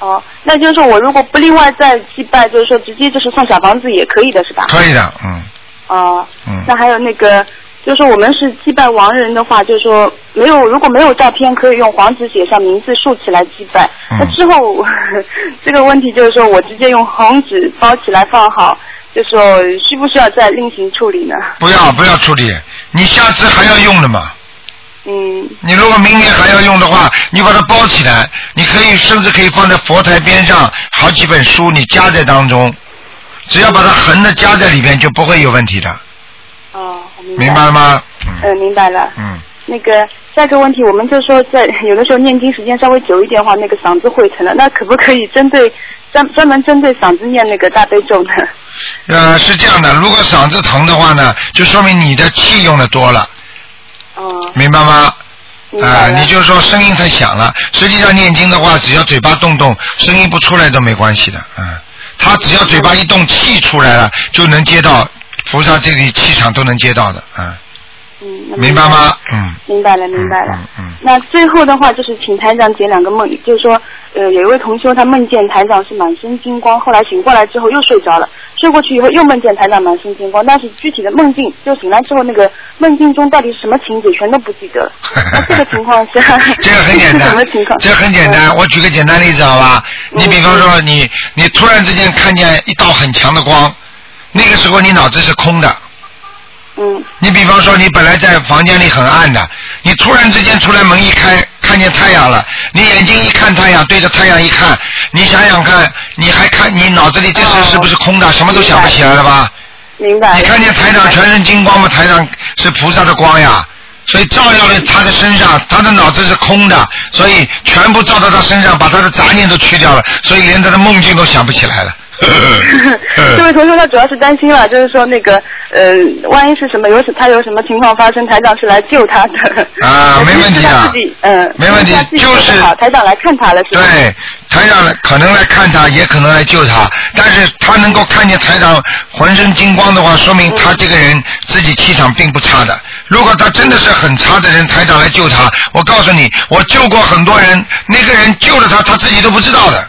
Speaker 5: 哦，那就是说我如果不另外再祭拜，就是说直接就是送小房子也可以的是吧？
Speaker 2: 可以的，嗯。
Speaker 5: 哦，
Speaker 2: 嗯
Speaker 5: 那还有那个，就是说我们是祭拜亡人的话，就是说没有如果没有照片，可以用黄纸写上名字竖起来祭拜。
Speaker 2: 嗯
Speaker 5: 那之后我 (laughs) 这个问题就是说我直接用红纸包起来放好，就是说需不需要再另行处理呢？
Speaker 2: 不要不要处理，你下次还要用的嘛。
Speaker 5: 嗯。
Speaker 2: 你如果明年还要用的话，你把它包起来，你可以甚至可以放在佛台边上，好几本书你夹在当中，只要把它横的夹在里边，就不会有问题的，
Speaker 5: 哦，我明白
Speaker 2: 明白了吗？
Speaker 5: 嗯，明白了。
Speaker 2: 嗯。
Speaker 5: 那个下一个问题，我们就说在 (laughs) 有的时候念经时间稍微久一点的话，那个嗓子会疼的。那可不可以针对专专门针对嗓子念那个大悲咒呢？
Speaker 2: 呃，是这样的，如果嗓子疼的话呢，就说明你的气用的多了，
Speaker 5: 哦，
Speaker 2: 明白吗？
Speaker 5: 明
Speaker 2: 啊、
Speaker 5: 白了。
Speaker 2: 你就说声音太响了。实际上念经的话，只要嘴巴动动，声音不出来都没关系的。嗯，他只要嘴巴一动，气出来了，就能接到菩萨这里气场都能接到的。嗯，
Speaker 5: 嗯那
Speaker 2: 明白吗？嗯，
Speaker 5: 明白了，明白了。
Speaker 2: 嗯嗯
Speaker 5: 那最后的话就是请台长解两个梦，就是说，呃，有一位同修他梦见台长是满身金光，后来醒过来之后又睡着了，睡过去以后又梦见台长满身金光，但是具体的梦境就醒来之后那个梦境中到底是什么情节全都不记
Speaker 2: (laughs)
Speaker 5: 得了。那啊这个情况下，
Speaker 2: 这个很简
Speaker 5: 是
Speaker 2: 单
Speaker 5: (laughs) 什么情况，？嗯
Speaker 2: 这个很简单。我举个简单例子好吧？你比方说你，你突然之间看见一道很强的光，那个时候你脑子是空的。
Speaker 5: 嗯
Speaker 2: 你比方说，你本来在房间里很暗的，你突然之间出来门一开，看见太阳了，你眼睛一看太阳，对着太阳一看，你想想看，你还看你脑子里这
Speaker 5: 哦
Speaker 2: 时是不是空的，什么都想不起来了吧？
Speaker 5: 明白。
Speaker 2: 你看嗯见台长全身金光吗？台长是菩萨的光呀，所以照耀在他的身上，他的脑子是空的，所以全部照到他身上，把他的杂念都去掉了，所以连他的梦境都想不起来了。 (coughs)
Speaker 5: 这位同学他主要是担心了，就是说那个，呃，万一是什么有什他有什么情况发生，台长是来救他的。 (laughs)
Speaker 2: 啊，没问题
Speaker 5: 是他
Speaker 2: 的
Speaker 5: 自，己，嗯、
Speaker 2: 没问题
Speaker 5: 他自己
Speaker 2: 就
Speaker 5: 做
Speaker 2: 是
Speaker 5: 得好，台长来看他了，是吧？
Speaker 2: 对，台长来可能来看他，也可能来救他，但是他能够看见台长浑身金光的话，说明他这个人自己气场并不差的。如果他真的是很差的人，台长来救他，我告诉你，我救过很多人，那个人救了他，他自己都不知道的。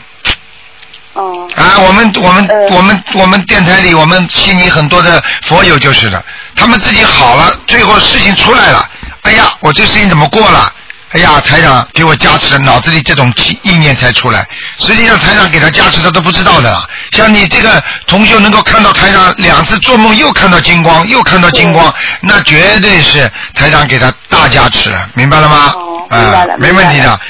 Speaker 5: 哦，
Speaker 2: 啊，我们我们、
Speaker 5: 呃
Speaker 2: 我们我们电台里，我们悉尼很多的佛友就是的，他们自己好了，最后事情出来了，哎呀，我这事情怎么过了？哎呀，台长给我加持了，脑子里这种气意念才出来。实际上，台长给他加持，他都不知道的。像你这个同学能够看到台长两次做梦又看到金光，又看到金光，那绝对是台长给他大加持了，明白了吗？
Speaker 5: 哦
Speaker 2: 啊
Speaker 5: 明白了
Speaker 2: 没问题
Speaker 5: 明白
Speaker 2: 的
Speaker 5: 了。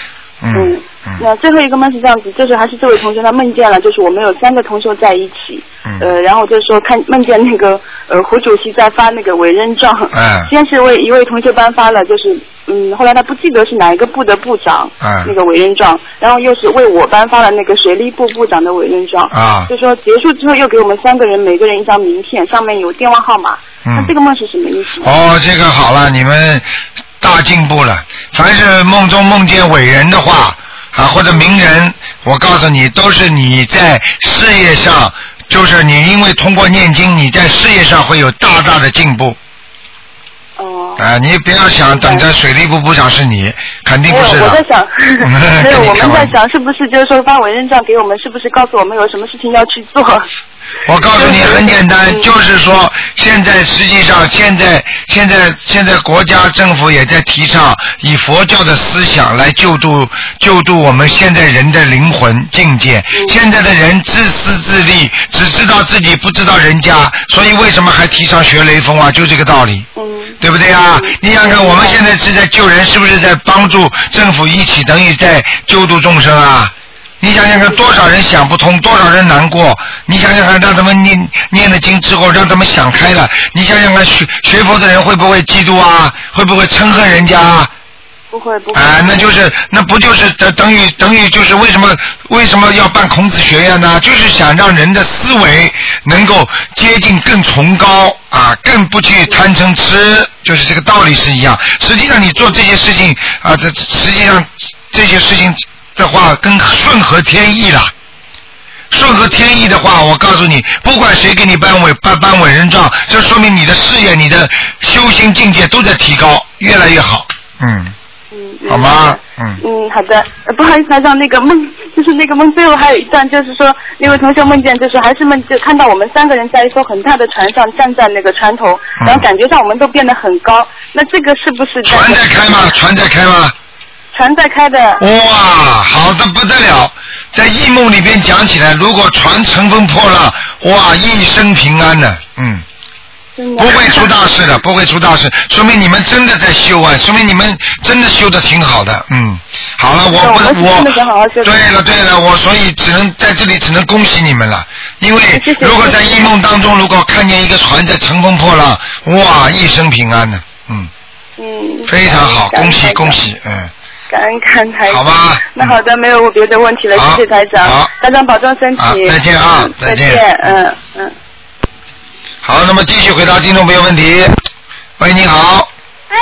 Speaker 2: 嗯
Speaker 5: 嗯
Speaker 2: 嗯，
Speaker 5: 那最后一个梦是这样子，就是还是这位同学他梦见了，就是我们有三个同学在一起，
Speaker 2: 嗯
Speaker 5: 呃，然后就是说看梦见那个呃胡主席在发那个委任状，
Speaker 2: 哎
Speaker 5: (laughs) 先是为一位同学颁发了，就是嗯，后来他不记得是哪一个部的部长，
Speaker 2: 哎
Speaker 5: 那个委任状，然后又是为我颁发了那个水利部部长的委任状，
Speaker 2: 啊
Speaker 5: 就说结束之后又给我们三个人每个人一张名片，上面有电话号码，
Speaker 2: 嗯
Speaker 5: 那这个梦是什么意思呢？
Speaker 2: 哦，这个好了，你们大进步了。凡是梦中梦见伟人的话啊，或者名人，我告诉你，都是你在事业上，就是你因为通过念经，你在事业上会有大大的进步
Speaker 5: 哦
Speaker 2: 啊！你不要想等着水利部部长是你，肯定
Speaker 5: 没
Speaker 2: 不
Speaker 5: 有，
Speaker 2: 是
Speaker 5: 我在
Speaker 2: 的。，
Speaker 5: 想
Speaker 2: (laughs)
Speaker 5: (laughs) 没有，
Speaker 2: 跟你
Speaker 5: 我
Speaker 2: 开
Speaker 5: 们
Speaker 2: 玩
Speaker 5: 在
Speaker 2: 笑
Speaker 5: 想是不是就是说发委任状给我们，是不是告诉我们有什么事情要去做？
Speaker 2: (laughs) 我告诉你，
Speaker 5: 就是
Speaker 2: 很简单，
Speaker 5: 嗯
Speaker 2: 就是说，现在实际上，现在现在现在国家政府也在提倡以佛教的思想来救度救度我们现在人的灵魂境界。现在的人自私自利，只知道自己，不知道人家，所以为什么还提倡学雷锋啊？就这个道理。
Speaker 5: 嗯，
Speaker 2: 对不对啊？你想想看，我们现在是在救人，是不是在帮助政府一起，等于在救度众生啊？你想想看，多少人想不通，多少人难过。你想想看，让他们念念了经之后，让他们想开了。你想想看，学学佛的人会不会嫉妒啊？会不会嗔恨人家啊？
Speaker 5: 不会不会。
Speaker 2: 啊，那就是那不就是等等于等于就是为什么为什么要办孔子学院呢？就是想让人的思维能够接近更崇高啊，更不去贪嗔痴，就是这个道理是一样。实际上你做这些事情啊，这实际上这些事情的话，跟顺合天意啦。顺合天意的话，我告诉你，不管谁给你颁委颁颁委任状，这说明你的事业、你的修心境界都在提高，越来越好。嗯。
Speaker 5: 嗯嗯
Speaker 2: 好吗？嗯，
Speaker 5: 嗯，好的。呃不好意思，台长，那个梦 (laughs) 就是那个梦，最后还有一段，就是说那位同学梦见，就是还是梦见看到我们三个人在一艘很大的船上站在那个船头，
Speaker 2: 嗯
Speaker 5: 然后感觉上我们都变得很高。那这个是不是在
Speaker 2: 船在开吗？船在开吗？
Speaker 5: 船在开的？
Speaker 2: 哇，好的不得了！在异梦里边讲起来，如果船乘风破浪，哇，一生平安呢。嗯，
Speaker 5: 真的
Speaker 2: 不会出大事的，不会出大事，说明你们真的在修啊，说明你们真的修的挺好的。嗯，好了，我
Speaker 5: 是的
Speaker 2: 不
Speaker 5: 我们真的想好好
Speaker 2: 我
Speaker 5: 修的
Speaker 2: 对了对了，我所以只能在这里只能恭喜你们了，因为
Speaker 5: 谢谢
Speaker 2: 如果在
Speaker 5: 谢谢
Speaker 2: 异梦当中，如果看见一个船在乘风破浪，哇，一生平安呢。嗯，
Speaker 5: 嗯，
Speaker 2: 非常好，
Speaker 5: 感
Speaker 2: 恭
Speaker 5: 恩
Speaker 2: 喜恭！
Speaker 5: 感恩
Speaker 2: 喜，嗯。
Speaker 5: 感恩看台长
Speaker 2: 好吧
Speaker 5: 那好的，没有别的问题了，
Speaker 2: 好
Speaker 5: 谢谢台长
Speaker 2: 好。
Speaker 5: 台长保重身
Speaker 2: 好
Speaker 5: 体。
Speaker 2: 再见啊
Speaker 5: 嗯
Speaker 2: 再
Speaker 5: 再
Speaker 2: 见
Speaker 5: 嗯嗯。
Speaker 2: 好，那么继续回答听众朋友问题。喂，你好，
Speaker 6: 哎，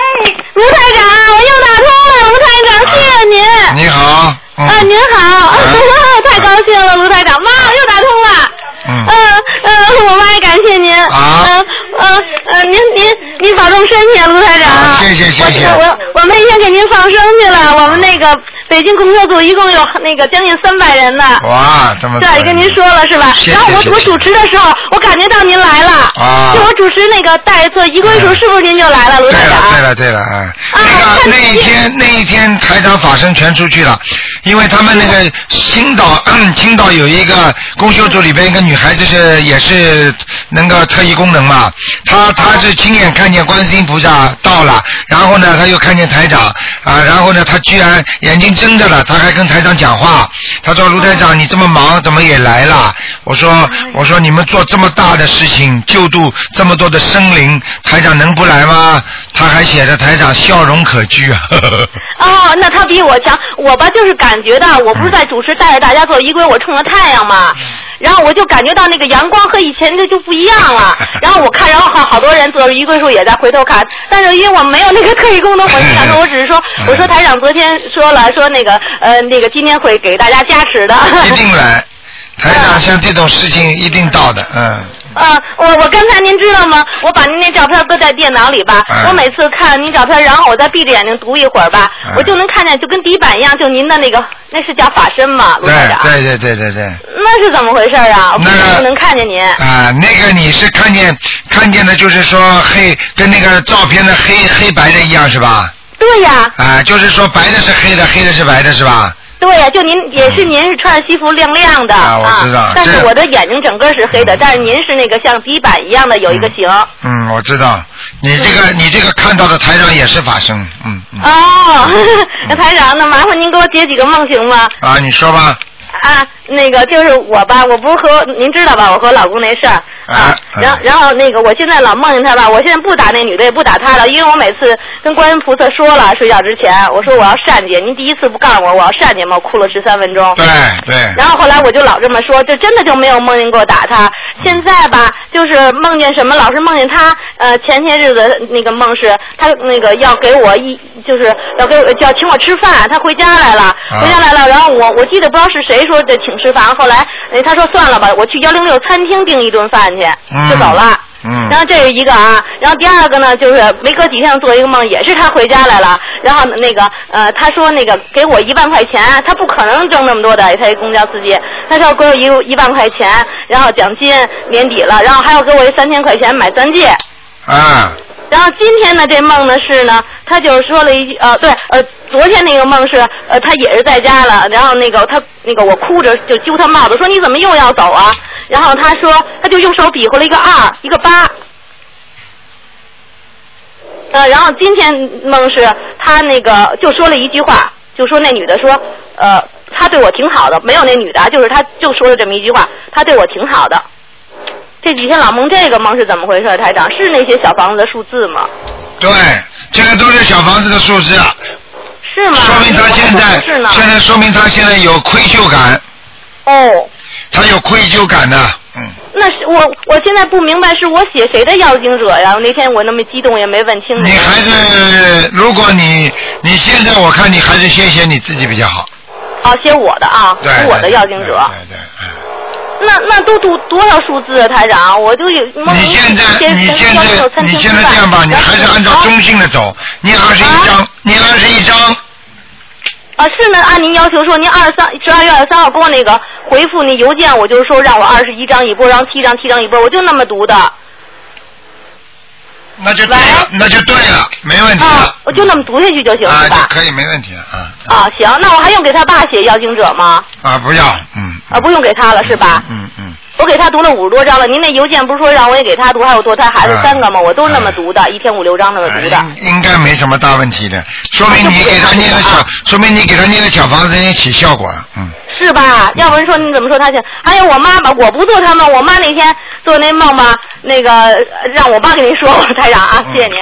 Speaker 6: 卢台长，我又打通了，卢台长，谢谢您。
Speaker 2: 你好，嗯，
Speaker 6: 啊，您好，
Speaker 2: 嗯
Speaker 6: (laughs) 太高兴了，卢台长，哇，又打通了。
Speaker 2: 嗯
Speaker 6: 呃呃，我妈也感谢您。
Speaker 2: 啊
Speaker 6: 呃呃呃，您您您保重身体啊，卢台长。
Speaker 2: 啊谢谢谢谢
Speaker 6: 我我我们已经给您放生去了，我们那个北京共修组一共有那个将近三百人呢。
Speaker 2: 哇，这么
Speaker 6: 这也跟您说了是吧？
Speaker 2: 谢谢
Speaker 6: 然后我
Speaker 2: 谢谢
Speaker 6: 我主持的时候，我感觉到您来了。
Speaker 2: 啊嗯
Speaker 6: 就我主持那个带坐一归属，是不是您就来了，卢
Speaker 2: 对
Speaker 6: 台长
Speaker 2: 了？对了对了，哎，那个
Speaker 6: 看
Speaker 2: 那一
Speaker 6: 见
Speaker 2: 天那一天台长法身全出去了，因为他们那个青岛嗯青岛有一个公修组里边一个女孩子是也是能够特异功能嘛，她她是亲眼看见观世音菩萨到了，然后呢她又看见台长啊，然后呢她居然眼睛睁着了，她还跟台长讲话，她说卢台长你这么忙怎么也来了？我说我说你们做这么大的事情救度这么多的生灵，台长能不来吗？他还写着台长笑容可掬啊。 (laughs)
Speaker 6: 哦，那他比我强。我吧，就是感觉到，我不是在主持带着大家做仪轨，我冲着太阳嘛。然后我就感觉到那个阳光和以前的就不一样了。然后我看，然后好好多人坐着余桂树也在回头看，但是因为我没有那个特异功能，我就想说，我只是说，我说台长昨天说了，说那个呃那个今天会给大家加持的。 (laughs)
Speaker 2: 一定来。台长像这种事情一定到的，嗯。
Speaker 6: 啊，我我刚才您知道吗？我把您那照片搁在电脑里吧。
Speaker 2: 嗯
Speaker 6: 我每次看您照片，然后我再闭着眼睛读一会儿吧，
Speaker 2: 嗯
Speaker 6: 我就能看见，就跟底板一样，就您的那个，那是叫法身吗，卢
Speaker 2: 对
Speaker 6: 台长？
Speaker 2: 对对对对对。
Speaker 6: 那是怎么回事啊？我不
Speaker 2: 那个
Speaker 6: 能看见您。
Speaker 2: 啊、那个你是看见看见的，就是说黑跟那个照片的黑黑白的一样是吧？
Speaker 6: 对呀，
Speaker 2: 啊、就是说白的是黑的，黑的是白的是吧？
Speaker 6: 对呀，就您也是您是穿着西服亮亮的
Speaker 2: 嗯啊我知道
Speaker 6: 但
Speaker 2: 这
Speaker 6: 是我的眼睛整个是黑的，但是您是那个像底板一样的有一个形。
Speaker 2: 嗯，我知道，你这个你这个看到的台上也是法身，嗯嗯。
Speaker 6: 哦， (laughs) 那台长，那麻烦您给我解几个梦行吗？
Speaker 2: 啊，你说吧，
Speaker 6: 啊，那个就是我吧，我不是和您知道吧，我和老公那事儿啊
Speaker 2: 啊，啊
Speaker 6: 然后然后那个我现在老梦见他吧，我现在不打那女的，也不打他了，因为我每次跟观音菩萨说了，睡觉之前我说我要善解，您第一次不告诉我我要善解吗？我哭了十三分钟。
Speaker 2: 对对，
Speaker 6: 然后后来我就老这么说，这真的就没有梦见过打他。现在吧，就是梦见什么，老是梦见他。呃，前些日子那个梦是他那个要给我一，就是要给我要请我吃饭，他回家来了，回家来了。然后我我记得不知道是谁说的请吃饭，后来、呃、他说算了吧，我去幺零六餐厅订一顿饭去，就走了。
Speaker 2: 嗯
Speaker 6: 然后这是一个啊，然后第二个呢，就是没隔几天做一个梦，也是他回家来了，然后那个呃，他说那个给我一万块钱，他不可能挣那么多的，他一公交司机，他说要给我一一万块钱，然后奖金年底了，然后还要给我一三千块钱买钻戒，
Speaker 2: 啊
Speaker 6: 然后今天呢，这梦呢是呢，他就是说了一句，呃，对，呃，昨天那个梦是，呃，他也是在家了，然后那个他那个我哭着就揪他帽子，说你怎么又要走啊？然后他说，他就用手比划了一个二，一个八。呃，然后今天梦是他那个就说了一句话，就说那女的说，呃，他对我挺好的，没有那女的啊，就是他就说了这么一句话，他对我挺好的。这几天老梦这个梦是怎么回事，台长？是那些小房子的数字吗？
Speaker 2: 对，这个都是小房子的数字，啊，
Speaker 6: 是吗？哦
Speaker 2: 说明他现在
Speaker 6: 是呢。
Speaker 2: 现在说明他现在有愧疚感，
Speaker 6: 哦，
Speaker 2: 他有愧疚感的，嗯。
Speaker 6: 那是我我现在不明白是我写谁的要经者呀？那天我那么激动也没问清楚
Speaker 2: 你。还是，如果你你现在我看你还是先写你自己比较好，
Speaker 6: 哦，写我的啊，
Speaker 2: 对，
Speaker 6: 是我的
Speaker 2: 对
Speaker 6: 要经者。
Speaker 2: 对对嗯对
Speaker 6: 那那都读多少数字啊，台长？我就有
Speaker 2: 嗯。
Speaker 6: 梦
Speaker 2: 你现在
Speaker 6: 见
Speaker 2: 你现
Speaker 6: 要
Speaker 2: 在
Speaker 6: 求餐
Speaker 2: 你
Speaker 6: 厅
Speaker 2: 现在
Speaker 6: 吃饭
Speaker 2: 这样吧，你还是按照
Speaker 6: 啊
Speaker 2: 中性的走，你二十一张，你二十一张，
Speaker 6: 啊，是呢，按您要求说，您二十三十二月二十三号给我那个回复那邮件，我就说让我二十一张一波，然后七张七张一波，我就那么读的。
Speaker 2: 那就对了，那就对了，没问题
Speaker 6: 啊
Speaker 2: 了，，
Speaker 6: 我就那么读下去就行，
Speaker 2: 啊
Speaker 6: 是
Speaker 2: 就
Speaker 6: 吧？
Speaker 2: 可以，没问题了啊
Speaker 6: 啊，行，那我还用给他爸写邀请者吗？
Speaker 2: 啊不要，嗯
Speaker 6: 啊，不用给他了，是吧？
Speaker 2: 嗯嗯，
Speaker 6: 我给他读了五十多章了，您那邮件不是说让我也给他读，还有堕胎孩子三个吗？
Speaker 2: 啊
Speaker 6: 我都那么读的，一天五六章那么
Speaker 2: 哎
Speaker 6: 读的。
Speaker 2: 应应该没什么大问题的，说明
Speaker 6: 呃啊就
Speaker 2: 你
Speaker 6: 不
Speaker 2: 给他
Speaker 6: 用
Speaker 2: 念的
Speaker 6: 啊
Speaker 2: 小，说明你给他念的小房子也起效果了，嗯。
Speaker 6: 是吧？要不然说你怎么说他去？还有我妈吧，我不做他梦，我妈那天做那梦吧，那个呃让我爸跟您说吧，台长
Speaker 2: 嗯
Speaker 6: 啊，谢谢您。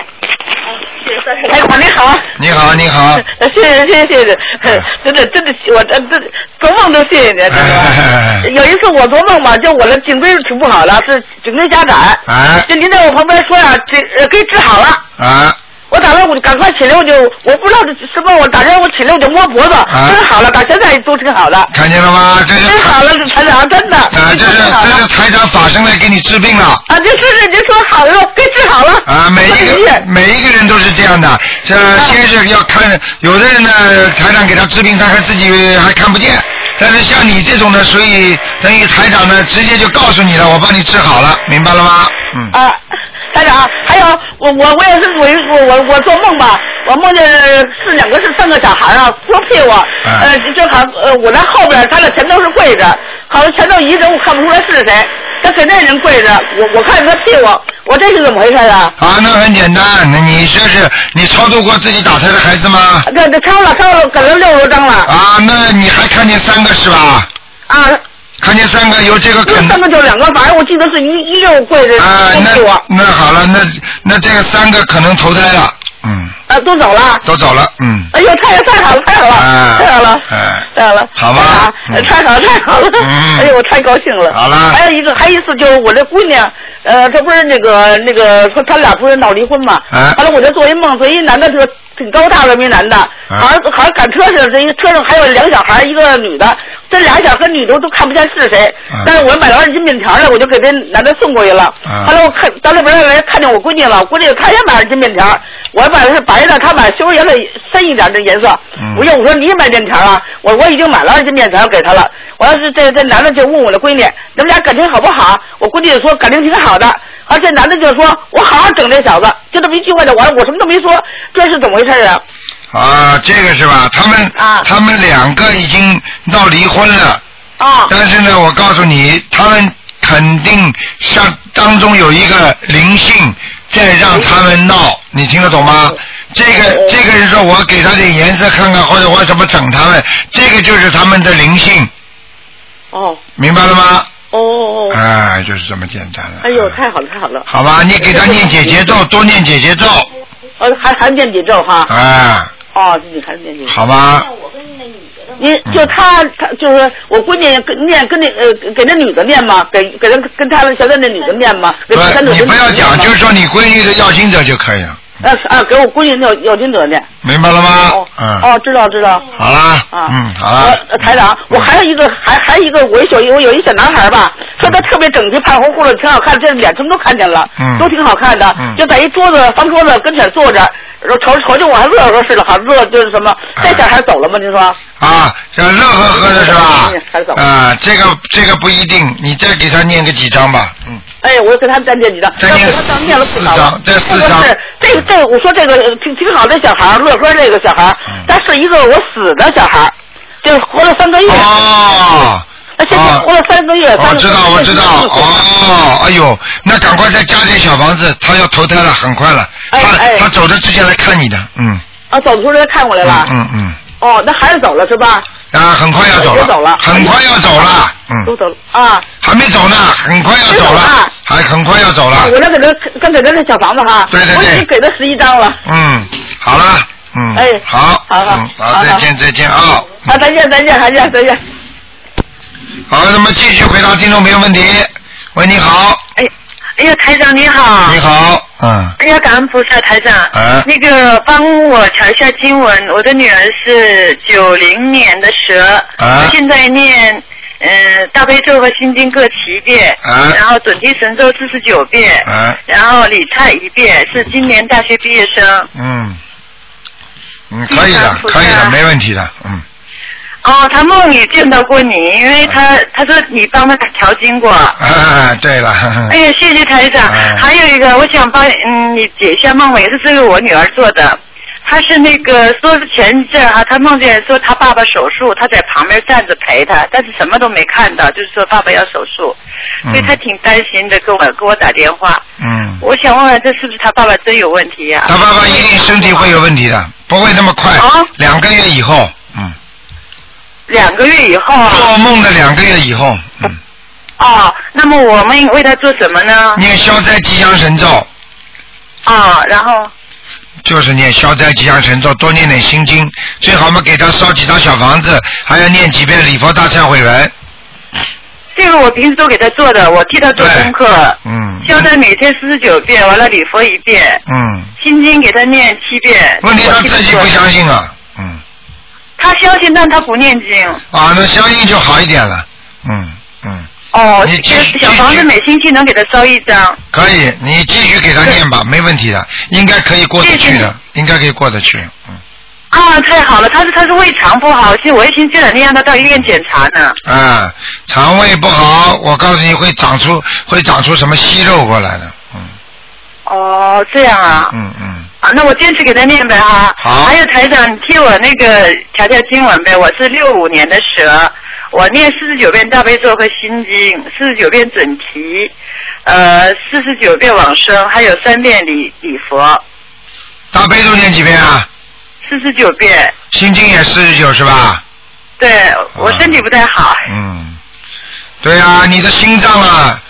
Speaker 6: 哎，我您好，
Speaker 2: 你好，你
Speaker 6: (laughs)
Speaker 2: 好。
Speaker 7: 谢谢谢谢谢谢，
Speaker 2: 嗯
Speaker 7: 真的真的，我这这做梦都谢谢你，真
Speaker 2: 哎
Speaker 7: 的。有一次我做梦嘛，就我的颈椎挺不好了，是颈椎狭窄，
Speaker 2: 哎
Speaker 7: 就您在我旁边说呀、这呃给治好了。
Speaker 2: 啊！
Speaker 7: 我打算我就赶快起来，我就我不知道这什么，我打算我起来我就摸脖子，
Speaker 2: 啊
Speaker 7: 真好了，到现在都挺好了，
Speaker 2: 看见了吗？这是
Speaker 7: 真
Speaker 6: 嗯
Speaker 7: 好了，这船长真的，
Speaker 2: 啊，这
Speaker 7: 真
Speaker 2: 是
Speaker 7: 的好
Speaker 2: 这是
Speaker 7: 了
Speaker 2: 台长法身来给你治病了。
Speaker 7: 啊，这是您说好了，给治好了
Speaker 2: 啊，每一
Speaker 7: 我的
Speaker 5: (laughs)
Speaker 2: 个
Speaker 7: 天
Speaker 2: 每一个人都是这样的，这先是要看，有的人呢，台长给他治病，他还自己还看不见，但是像你这种呢，所以等于台长呢，直接就告诉你了，我帮你治好了，明白了吗？嗯，
Speaker 7: 啊，台长，还有我我我也是我我我我做梦吧，我梦见是两个是三个小孩啊，说屁股，
Speaker 2: 啊
Speaker 7: 呃，就好像呃我在后边，他俩全都是跪着，好像全都一人，我看不出来是谁，他给那人跪着，我我看见他屁股，我这是怎么回事啊？
Speaker 2: 啊，那很简单，那你这是你超度过自己打胎的孩子吗？
Speaker 7: 这这超了超了，可能六十多张了
Speaker 2: 啊，那你还看见三个是吧？
Speaker 7: 啊，
Speaker 2: 看见三个，由这个
Speaker 7: 不是
Speaker 2: 肯
Speaker 7: 三个就两个，反正我记得是一一溜跪着
Speaker 2: 啊，
Speaker 7: 弄屁股。
Speaker 2: 那那好了，那那这个三个可能投胎了，嗯，
Speaker 5: 啊，都走了。
Speaker 2: 都走了，嗯，
Speaker 5: 哎呦，太太好了，太好了，
Speaker 2: 啊
Speaker 5: 太好了，
Speaker 2: 哎，
Speaker 5: 太好了，
Speaker 2: 好吧
Speaker 5: 啊
Speaker 2: 嗯
Speaker 5: 太好了，太好了，
Speaker 2: 嗯
Speaker 5: (laughs) 哎呦，我太高兴了。
Speaker 2: 好了
Speaker 5: 还有一个，还有一次就是我这姑娘，呃，她不是那个那个，说他俩不是闹离婚嘛？
Speaker 2: 哎
Speaker 5: 完了，我就做一梦，做一男的说挺高大的，一男的，
Speaker 2: 哎
Speaker 5: 好像好像赶车似的，这一车上还有两小孩，一个女的，这俩小孩跟女的我都看不见是谁
Speaker 2: 嗯。
Speaker 5: 但是我买了二斤面条了，我就给这男的送过去了。
Speaker 2: 嗯
Speaker 5: 后来我看到那边来看见我闺女了，我闺女她也买了斤面条，我买的是白的，她买修颜色深一点的颜色。
Speaker 2: 嗯
Speaker 5: 我就我说你也买面条啊？我我已经买了二斤面条给她了。我要是这这男的就问我的闺女，你们俩感情好不好？我闺女就说感情挺好的。而这男的就说：“我好好整这小子。”就这么一句话就完了，我什么都没说，这是怎么回事啊？
Speaker 2: 啊，这个是吧？他们
Speaker 5: 啊
Speaker 2: 他们两个已经闹离婚了，
Speaker 5: 啊
Speaker 2: 但是呢，我告诉你，他们肯定上当中有一个灵性在让他们闹，你听得懂吗？这
Speaker 5: 嗯
Speaker 2: 个这个人说，我给他点颜色看看，或者我怎么整他们，这个就是他们的灵性，
Speaker 5: 哦
Speaker 2: 明白了吗？
Speaker 5: 哦哦哦！
Speaker 2: 哎，就是这么简单了。
Speaker 5: 哎呦，太嗯好了太好了！
Speaker 2: 好吧，你给他念解节奏，多念解节奏，
Speaker 6: 哦
Speaker 5: 呃，还还念姐咒哈？
Speaker 2: 哎，
Speaker 5: 哦，自己还念姐咒。
Speaker 2: 好嗯吧，
Speaker 5: 你就他，他就是我闺女跟念跟那呃给那女的念嘛，给给人跟他们现在那女的念嘛，给跟
Speaker 2: 对，
Speaker 5: 女
Speaker 2: 你
Speaker 5: 的
Speaker 2: 不要讲，就是说你闺女的要经者就可以了，
Speaker 5: 呃啊给我闺女要要经者念。
Speaker 2: 明白了吗
Speaker 5: 哦？
Speaker 2: 嗯，
Speaker 5: 哦，知道知道。
Speaker 2: 好啦，
Speaker 5: 啊，
Speaker 2: 嗯，好啦
Speaker 5: 呃。台长，我
Speaker 2: 嗯
Speaker 5: 还有一个，还还有一个，我一小我有一小男孩吧，说他特别整齐，胖乎乎的，挺好看，这脸什么都看见了，
Speaker 2: 嗯
Speaker 5: 都挺好看的，
Speaker 2: 嗯
Speaker 5: 就在一桌子方桌子跟前坐着，然后瞅瞅见我还乐呵似的，好乐就是什么，
Speaker 2: 嗯
Speaker 5: 这小孩走了吗？您说？
Speaker 2: 啊，这乐呵呵的是吧
Speaker 5: 嗯还？走
Speaker 2: 啊，这个这个不一定，你再给他念个几张吧，嗯，
Speaker 5: 哎，我给他再念几张，
Speaker 2: 再
Speaker 5: 要
Speaker 2: 念
Speaker 5: 给他当念了不少
Speaker 2: 四张
Speaker 5: 了。
Speaker 2: 再四
Speaker 5: 这
Speaker 2: 张
Speaker 5: 个是这个这个，我说这个呃挺挺好的小孩儿，乐呵这个小孩儿
Speaker 2: 嗯，
Speaker 5: 但是一个我死的小孩儿，就是活了三个月，
Speaker 2: 哦。
Speaker 5: 那哎现在活了三个月，
Speaker 2: 我
Speaker 5: 三个
Speaker 2: 知道，我知道，哦，哎呦，那赶快再加点小房子，他要投胎了，很快了，
Speaker 5: 哎
Speaker 2: 他
Speaker 5: 哎
Speaker 2: 他走的之前来看你的，嗯，
Speaker 5: 啊，走出来看过来了
Speaker 2: 嗯，嗯嗯，
Speaker 5: 哦，那孩子走了是吧？
Speaker 2: 啊，很快要走
Speaker 5: 哎也走了
Speaker 2: 很快要走了，
Speaker 5: 都
Speaker 2: 嗯，
Speaker 5: 走了啊，
Speaker 2: 还没走呢，很快要走
Speaker 5: 没走
Speaker 2: 了
Speaker 5: 啊，
Speaker 2: 还很快要走了
Speaker 5: 哎我，那给他刚给他那小房子哈，
Speaker 2: 对对对
Speaker 5: 我已经给他十一张了，
Speaker 2: 嗯，好了，嗯，
Speaker 5: 哎
Speaker 2: 好，
Speaker 5: 好好
Speaker 2: 嗯，
Speaker 5: 好
Speaker 2: 好，
Speaker 5: 好
Speaker 2: 再见，再见啊，
Speaker 5: 啊，再见再见再见再见，
Speaker 2: 好，那么继续回答听众朋友问题，喂，你好，
Speaker 6: 哎，哎呀，台长你
Speaker 5: 啊
Speaker 6: 好。
Speaker 2: 你好，嗯，
Speaker 6: 哎呀，感恩菩萨，台长。
Speaker 2: 哎
Speaker 6: 那个帮我调一下经文，我的女儿是九零年的蛇，
Speaker 2: 哎
Speaker 6: 她现在念呃大悲咒和心经各七遍，
Speaker 2: 哎
Speaker 6: 然后准提神咒四十九遍，
Speaker 2: 哎
Speaker 6: 然后礼忏一遍，是今年大学毕业生。
Speaker 2: 嗯，嗯，可以
Speaker 6: 地
Speaker 2: 的
Speaker 6: 藏，菩萨
Speaker 2: 可以的，没问题的，嗯，
Speaker 6: 哦，她梦里见到过你，因为她她说你帮她调经过。
Speaker 2: 啊，对了，呵呵
Speaker 6: 哎呀，谢谢台长。
Speaker 2: 哎
Speaker 6: 还有一个，我想帮嗯你解一下梦吧，也是这个我女儿做的。她是那个说是前一阵儿哈，她梦见说她爸爸手术，她在旁边站着陪她，但是什么都没看到，就是说爸爸要手术，所以她挺担心的，跟我给我打电话。
Speaker 2: (laughs) 嗯，
Speaker 6: 我想问问，这是不是她爸爸真有问题呀、
Speaker 2: 他爸爸一定身体会有问题的，不会那么快
Speaker 5: 哦
Speaker 6: 啊，
Speaker 2: 两个月以后，嗯，
Speaker 6: 两个月以后啊，
Speaker 2: 做梦的两个月以后，嗯，
Speaker 6: 哦，那么我们为她做什么
Speaker 5: 啊
Speaker 6: 呢？
Speaker 2: 念消灾吉祥神咒，
Speaker 6: 啊、然后
Speaker 2: 就是念消灾吉祥神咒，多念点心经，最好嘛给他烧几张小房子，还要念几遍礼佛大忏悔文，
Speaker 6: 这个我平时都给她做的，我替她做
Speaker 2: 对
Speaker 6: 功课。
Speaker 2: 嗯，
Speaker 6: 消灾每天四十九遍，完了礼佛一遍，
Speaker 2: 嗯，
Speaker 6: 心经给他念七遍。
Speaker 2: 问题他自己
Speaker 6: 呃我
Speaker 2: 不
Speaker 6: 记得
Speaker 2: 相信啊，嗯，
Speaker 6: 他相信，但他不念经。
Speaker 2: 啊，那相信就好一点了，嗯嗯。
Speaker 6: 哦
Speaker 2: 你，继续
Speaker 6: 小房
Speaker 2: 继
Speaker 6: 子
Speaker 2: 续
Speaker 6: 每星期能给他烧一张。
Speaker 2: 可以，你继续给他念吧，没问题的，应该可以过得去的，应该可以过得去。嗯，
Speaker 6: 啊，太好了！他是他是胃肠不好，现我一星期两天让他到医院检查呢。
Speaker 2: 啊，肠胃不好，我告诉你会长出会长出什么息肉过来的。嗯
Speaker 6: 哦，这样啊，
Speaker 2: 嗯嗯，
Speaker 6: 啊那我坚持给他念呗哈。
Speaker 2: 好
Speaker 6: 还有台长，你替我那个调调经文呗，我是六五年的蛇，我念四十九遍大悲咒和心经，四十九遍准提，呃，四十九遍往生，还有三遍礼礼佛，
Speaker 2: 大悲咒念几遍啊？
Speaker 6: 四十九遍。
Speaker 2: 心经也四十九是吧？
Speaker 6: 对我身体不太好，
Speaker 2: 嗯，对啊，你的心脏啊，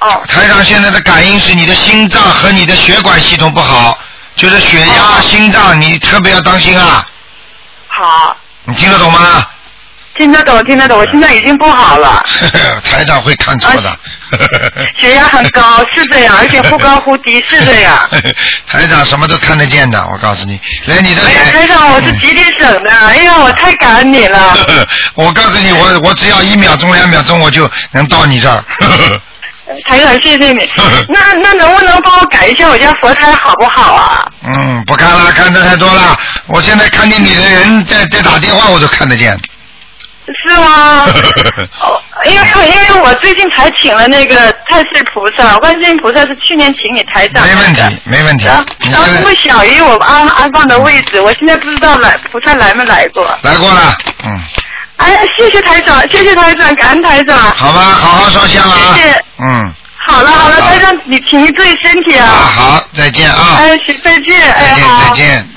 Speaker 6: 哦
Speaker 2: 台上现在的感应是你的心脏和你的血管系统不好，就是血
Speaker 8: 哦
Speaker 2: 压、心脏，你特别要当心啊！
Speaker 8: 好，
Speaker 2: 你听得懂吗？ (laughs)
Speaker 8: 听得懂，听得懂，我现在已经不好了，
Speaker 2: 台长会看错的。
Speaker 8: 哦血压很
Speaker 2: (laughs)
Speaker 8: 高，是这样，而且忽高忽低，是这样。
Speaker 2: 台长什么都看得见的，我告诉你，连你的嗯
Speaker 8: 哎
Speaker 2: 脸
Speaker 8: 呀，台长，我是吉林省的，哎呀，我太感恩你
Speaker 2: (laughs)
Speaker 8: 了。
Speaker 2: 我告诉你，我我只要一秒钟、两秒钟，我就能到你这儿。 (laughs)
Speaker 8: 台长，谢谢你。那那能不能帮我改一下我家佛台好不好啊？
Speaker 2: 嗯，不看了，看的太多了。我现在看见你的人在在打电话，我都看得见。
Speaker 8: 是
Speaker 2: (laughs)
Speaker 8: 吗？哦因为因为我最近才请了那个太岁菩萨，观世音菩萨是去年请你台长，
Speaker 2: 没问题，没问题。你
Speaker 8: 然后
Speaker 2: 现
Speaker 8: 不
Speaker 2: 在
Speaker 8: 小于我安安放的位置，我现在不知道来菩萨来没来过。
Speaker 2: 来过了，嗯，
Speaker 8: 哎呀，谢谢台长，谢谢台长，感恩台长。
Speaker 2: 好吧，好好烧香啊。
Speaker 8: 谢谢。
Speaker 2: 嗯，
Speaker 8: 好了好了，台长，你请注意身体
Speaker 2: 啊
Speaker 8: 啊。
Speaker 2: 好，再见啊。
Speaker 8: 哎，行再见，哎
Speaker 2: 再见
Speaker 8: 好。
Speaker 2: 再见。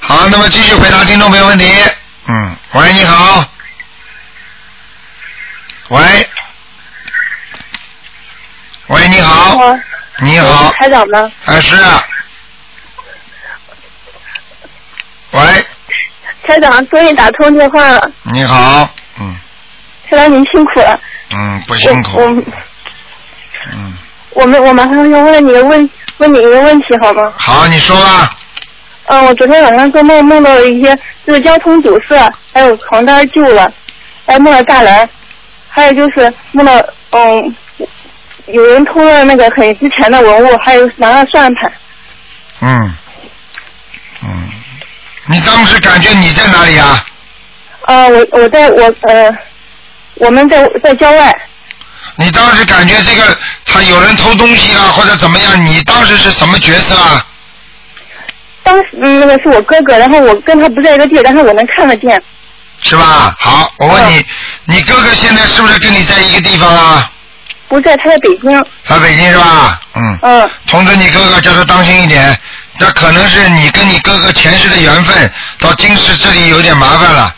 Speaker 2: 好，那么继续回答听众朋友问题。嗯，喂，你好。喂。喂，你好，
Speaker 5: 好，
Speaker 2: 你好，
Speaker 5: 台长吗？
Speaker 2: 啊是啊。喂，
Speaker 5: 台长，终于打通电话了，
Speaker 2: 你好，嗯
Speaker 5: 台长您辛苦了。
Speaker 2: 嗯，不辛苦
Speaker 5: 我，
Speaker 2: 嗯，
Speaker 5: 我我们我马上要问你个问问你一个问题好吗？
Speaker 2: 好，你说吧，
Speaker 5: 嗯，我昨天晚上做梦梦到了一些就是交通堵塞，还有床单旧了，还梦到栅栏，还有就是梦到嗯有人偷了那个很值钱的文物，还有拿了算盘。
Speaker 2: 嗯嗯，你当时感觉你在哪里啊？
Speaker 5: 啊、我我在我呃我们在在郊外。
Speaker 2: 你当时感觉这个他有人偷东西啊，或者怎么样？你当时是什么角色啊？
Speaker 5: 当时、嗯、那个是我哥哥，然后我跟他不在一个地，但是我能看得见。
Speaker 2: 是吧？好，我问
Speaker 5: 嗯
Speaker 2: 你，你哥哥现在是不是跟你在一个地方啊？
Speaker 5: 不在，他在北京。
Speaker 2: 在北京是吧？嗯，
Speaker 5: 嗯，
Speaker 2: 通知你哥哥，叫他当心一点。那可能是你跟你哥哥前世的缘分，到今世这里有点麻烦了。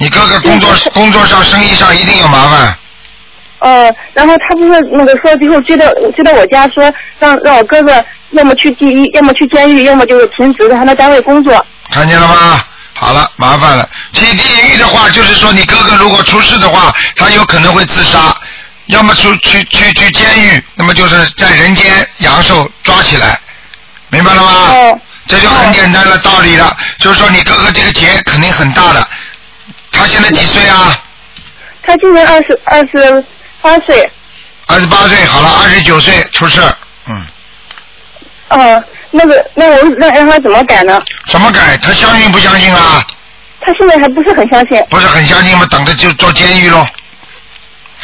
Speaker 2: 你哥哥工作工作上、生意上一定有麻烦。
Speaker 5: 呃，然后他不是那个说最后追到追到我家说，让让我哥哥要么去第一，要么去监狱，要么就是停职，在他那单位工作。
Speaker 2: 看见了吗？好了，麻烦了。去地狱的话，就是说你哥哥如果出事的话，他有可能会自杀，要么出去去去监狱，那么就是在人间阳寿抓起来，明白了吗？
Speaker 5: 哦
Speaker 2: 这就很简单的道理了，就是说你哥哥这个劫肯定很大的。他现在几岁啊？
Speaker 5: 他今年二十二十八岁，
Speaker 2: 二十八岁，好了，二十九岁出事，嗯，
Speaker 5: 呃，那个那我那让他怎么改呢？
Speaker 2: 怎么改？他相信不相信啊？
Speaker 5: 他现在还不是很相信，
Speaker 2: 不是很相信嘛，等着就坐监狱喽。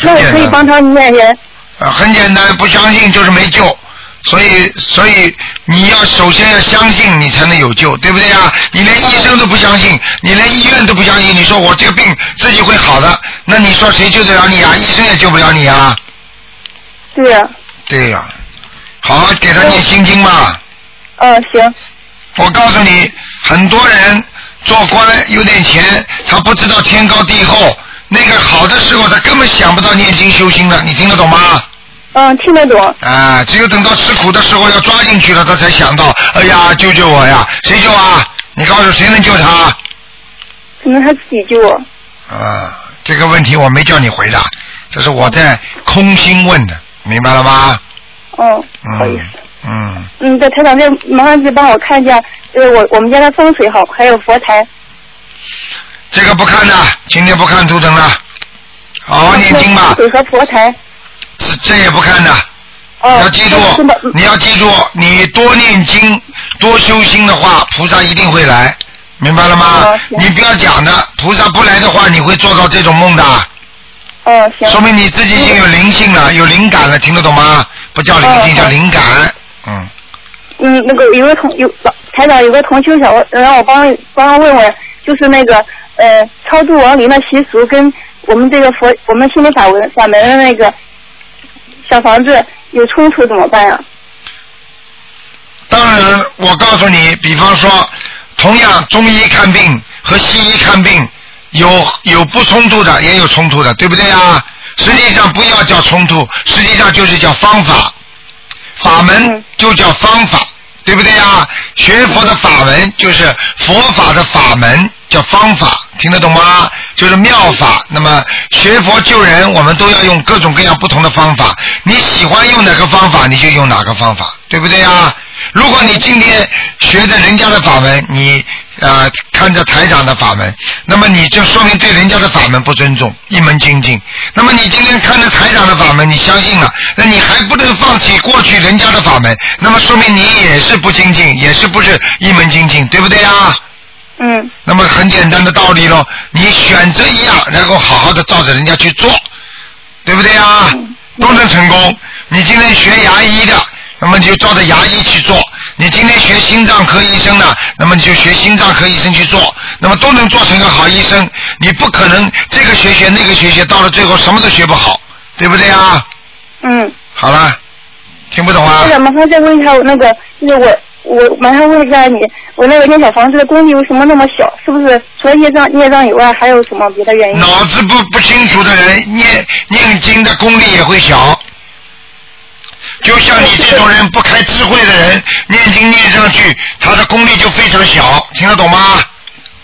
Speaker 5: 那
Speaker 2: 很
Speaker 5: 我
Speaker 2: 简
Speaker 5: 可以
Speaker 2: 单
Speaker 5: 帮他念念。
Speaker 2: 啊，很简单，不相信就是没救。所以，所以你要首先要相信，你才能有救，对不对啊？你连医生都不相信，你连医院都不相信，你说我这个病自己会好的，那你说谁救得了你啊？医生也救不了你啊。
Speaker 5: 对，
Speaker 2: 对呀、好好给他念心经吧。
Speaker 5: 嗯、行，
Speaker 2: 我告诉你，很多人做官有点钱，他不知道天高地厚。那个好的时候，他根本想不到念经修心的，你听得懂吗？
Speaker 5: 嗯、听得懂，
Speaker 2: 啊，只有等到吃苦的时候要抓进去了，他才想到，哎呀，救救我呀！谁救啊？你告诉谁能救他？
Speaker 5: 可能他自己救我。
Speaker 2: 啊，这个问题我没叫你回答，这是我在空心问的，明白了吗？
Speaker 5: 嗯，
Speaker 2: 嗯
Speaker 5: 不好意思。
Speaker 2: 嗯，
Speaker 5: 嗯，对，台长，再麻烦再帮我看一下，呃，我我们家的风水好，还有佛台。
Speaker 2: 这个不看了，今天不看图腾了，好好念经
Speaker 5: (laughs)
Speaker 2: 吧
Speaker 5: 风。水和佛台。
Speaker 2: 这这也不看的，
Speaker 5: 哦，
Speaker 2: 你要记住
Speaker 5: 那真的，，嗯
Speaker 2: 你要记住，你多念经、多修心的话，菩萨一定会来，明白了吗
Speaker 5: 哦？行
Speaker 2: 你不要讲的，菩萨不来的话，你会做到这种梦的。
Speaker 5: 嗯，
Speaker 2: 说
Speaker 5: 行，
Speaker 2: 明你自己已经有灵性了，有灵感了，听得懂吗？不叫灵性，
Speaker 5: 哦
Speaker 2: 叫灵感。嗯，
Speaker 5: 嗯，那个有个同有台长有个同修想问让我帮帮他问问，就是那个呃超度亡灵的习俗跟我们这个佛我们心理法门法门的那个小房子有冲突怎么办呀、
Speaker 2: 当然，我告诉你，比方说，同样中医看病和西医看病有有不冲突的，也有冲突的，对不对啊？实际上不要叫冲突，实际上就是叫方法，法门
Speaker 5: 嗯
Speaker 2: 就叫方法，对不对呀？学佛的法门就是佛法的法门，叫方法，听得懂吗？就是妙法。那么学佛救人，我们都要用各种各样不同的方法。你喜欢用哪个方法，你就用哪个方法，对不对呀？如果你今天学着人家的法门，你呃看着台长的法门，那么你就说明对人家的法门不尊重，一门精进。那么你今天看着台长的法门，你相信了，那你还不能放弃过去人家的法门，那么说明你也是不精进，也是不是一门精进，对不对啊？
Speaker 9: 嗯。
Speaker 2: 那么很简单的道理喽，你选择一样，然后好好的照着人家去做，对不对啊？都能成功。你今天学牙医的，那么你就照着牙医去做；你今天学心脏科医生的，那么你就学心脏科医生去做，那么都能做成一个好医生。你不可能这个学学那个学学，到了最后什么都学不好，对不对啊？
Speaker 9: 嗯。
Speaker 2: 好了，听不懂啊
Speaker 9: 台？长，麻烦再问一下我那个，就是我我马上问一下你，我那个念小房子的功力为什么那么小？是不是除了业障业障以外，还有什么别的原因？
Speaker 2: 脑子不不清楚的人，念念经的功力也会小。就像你这种人不开智慧的人，念经念上去，他的功力就非常小，听得懂吗？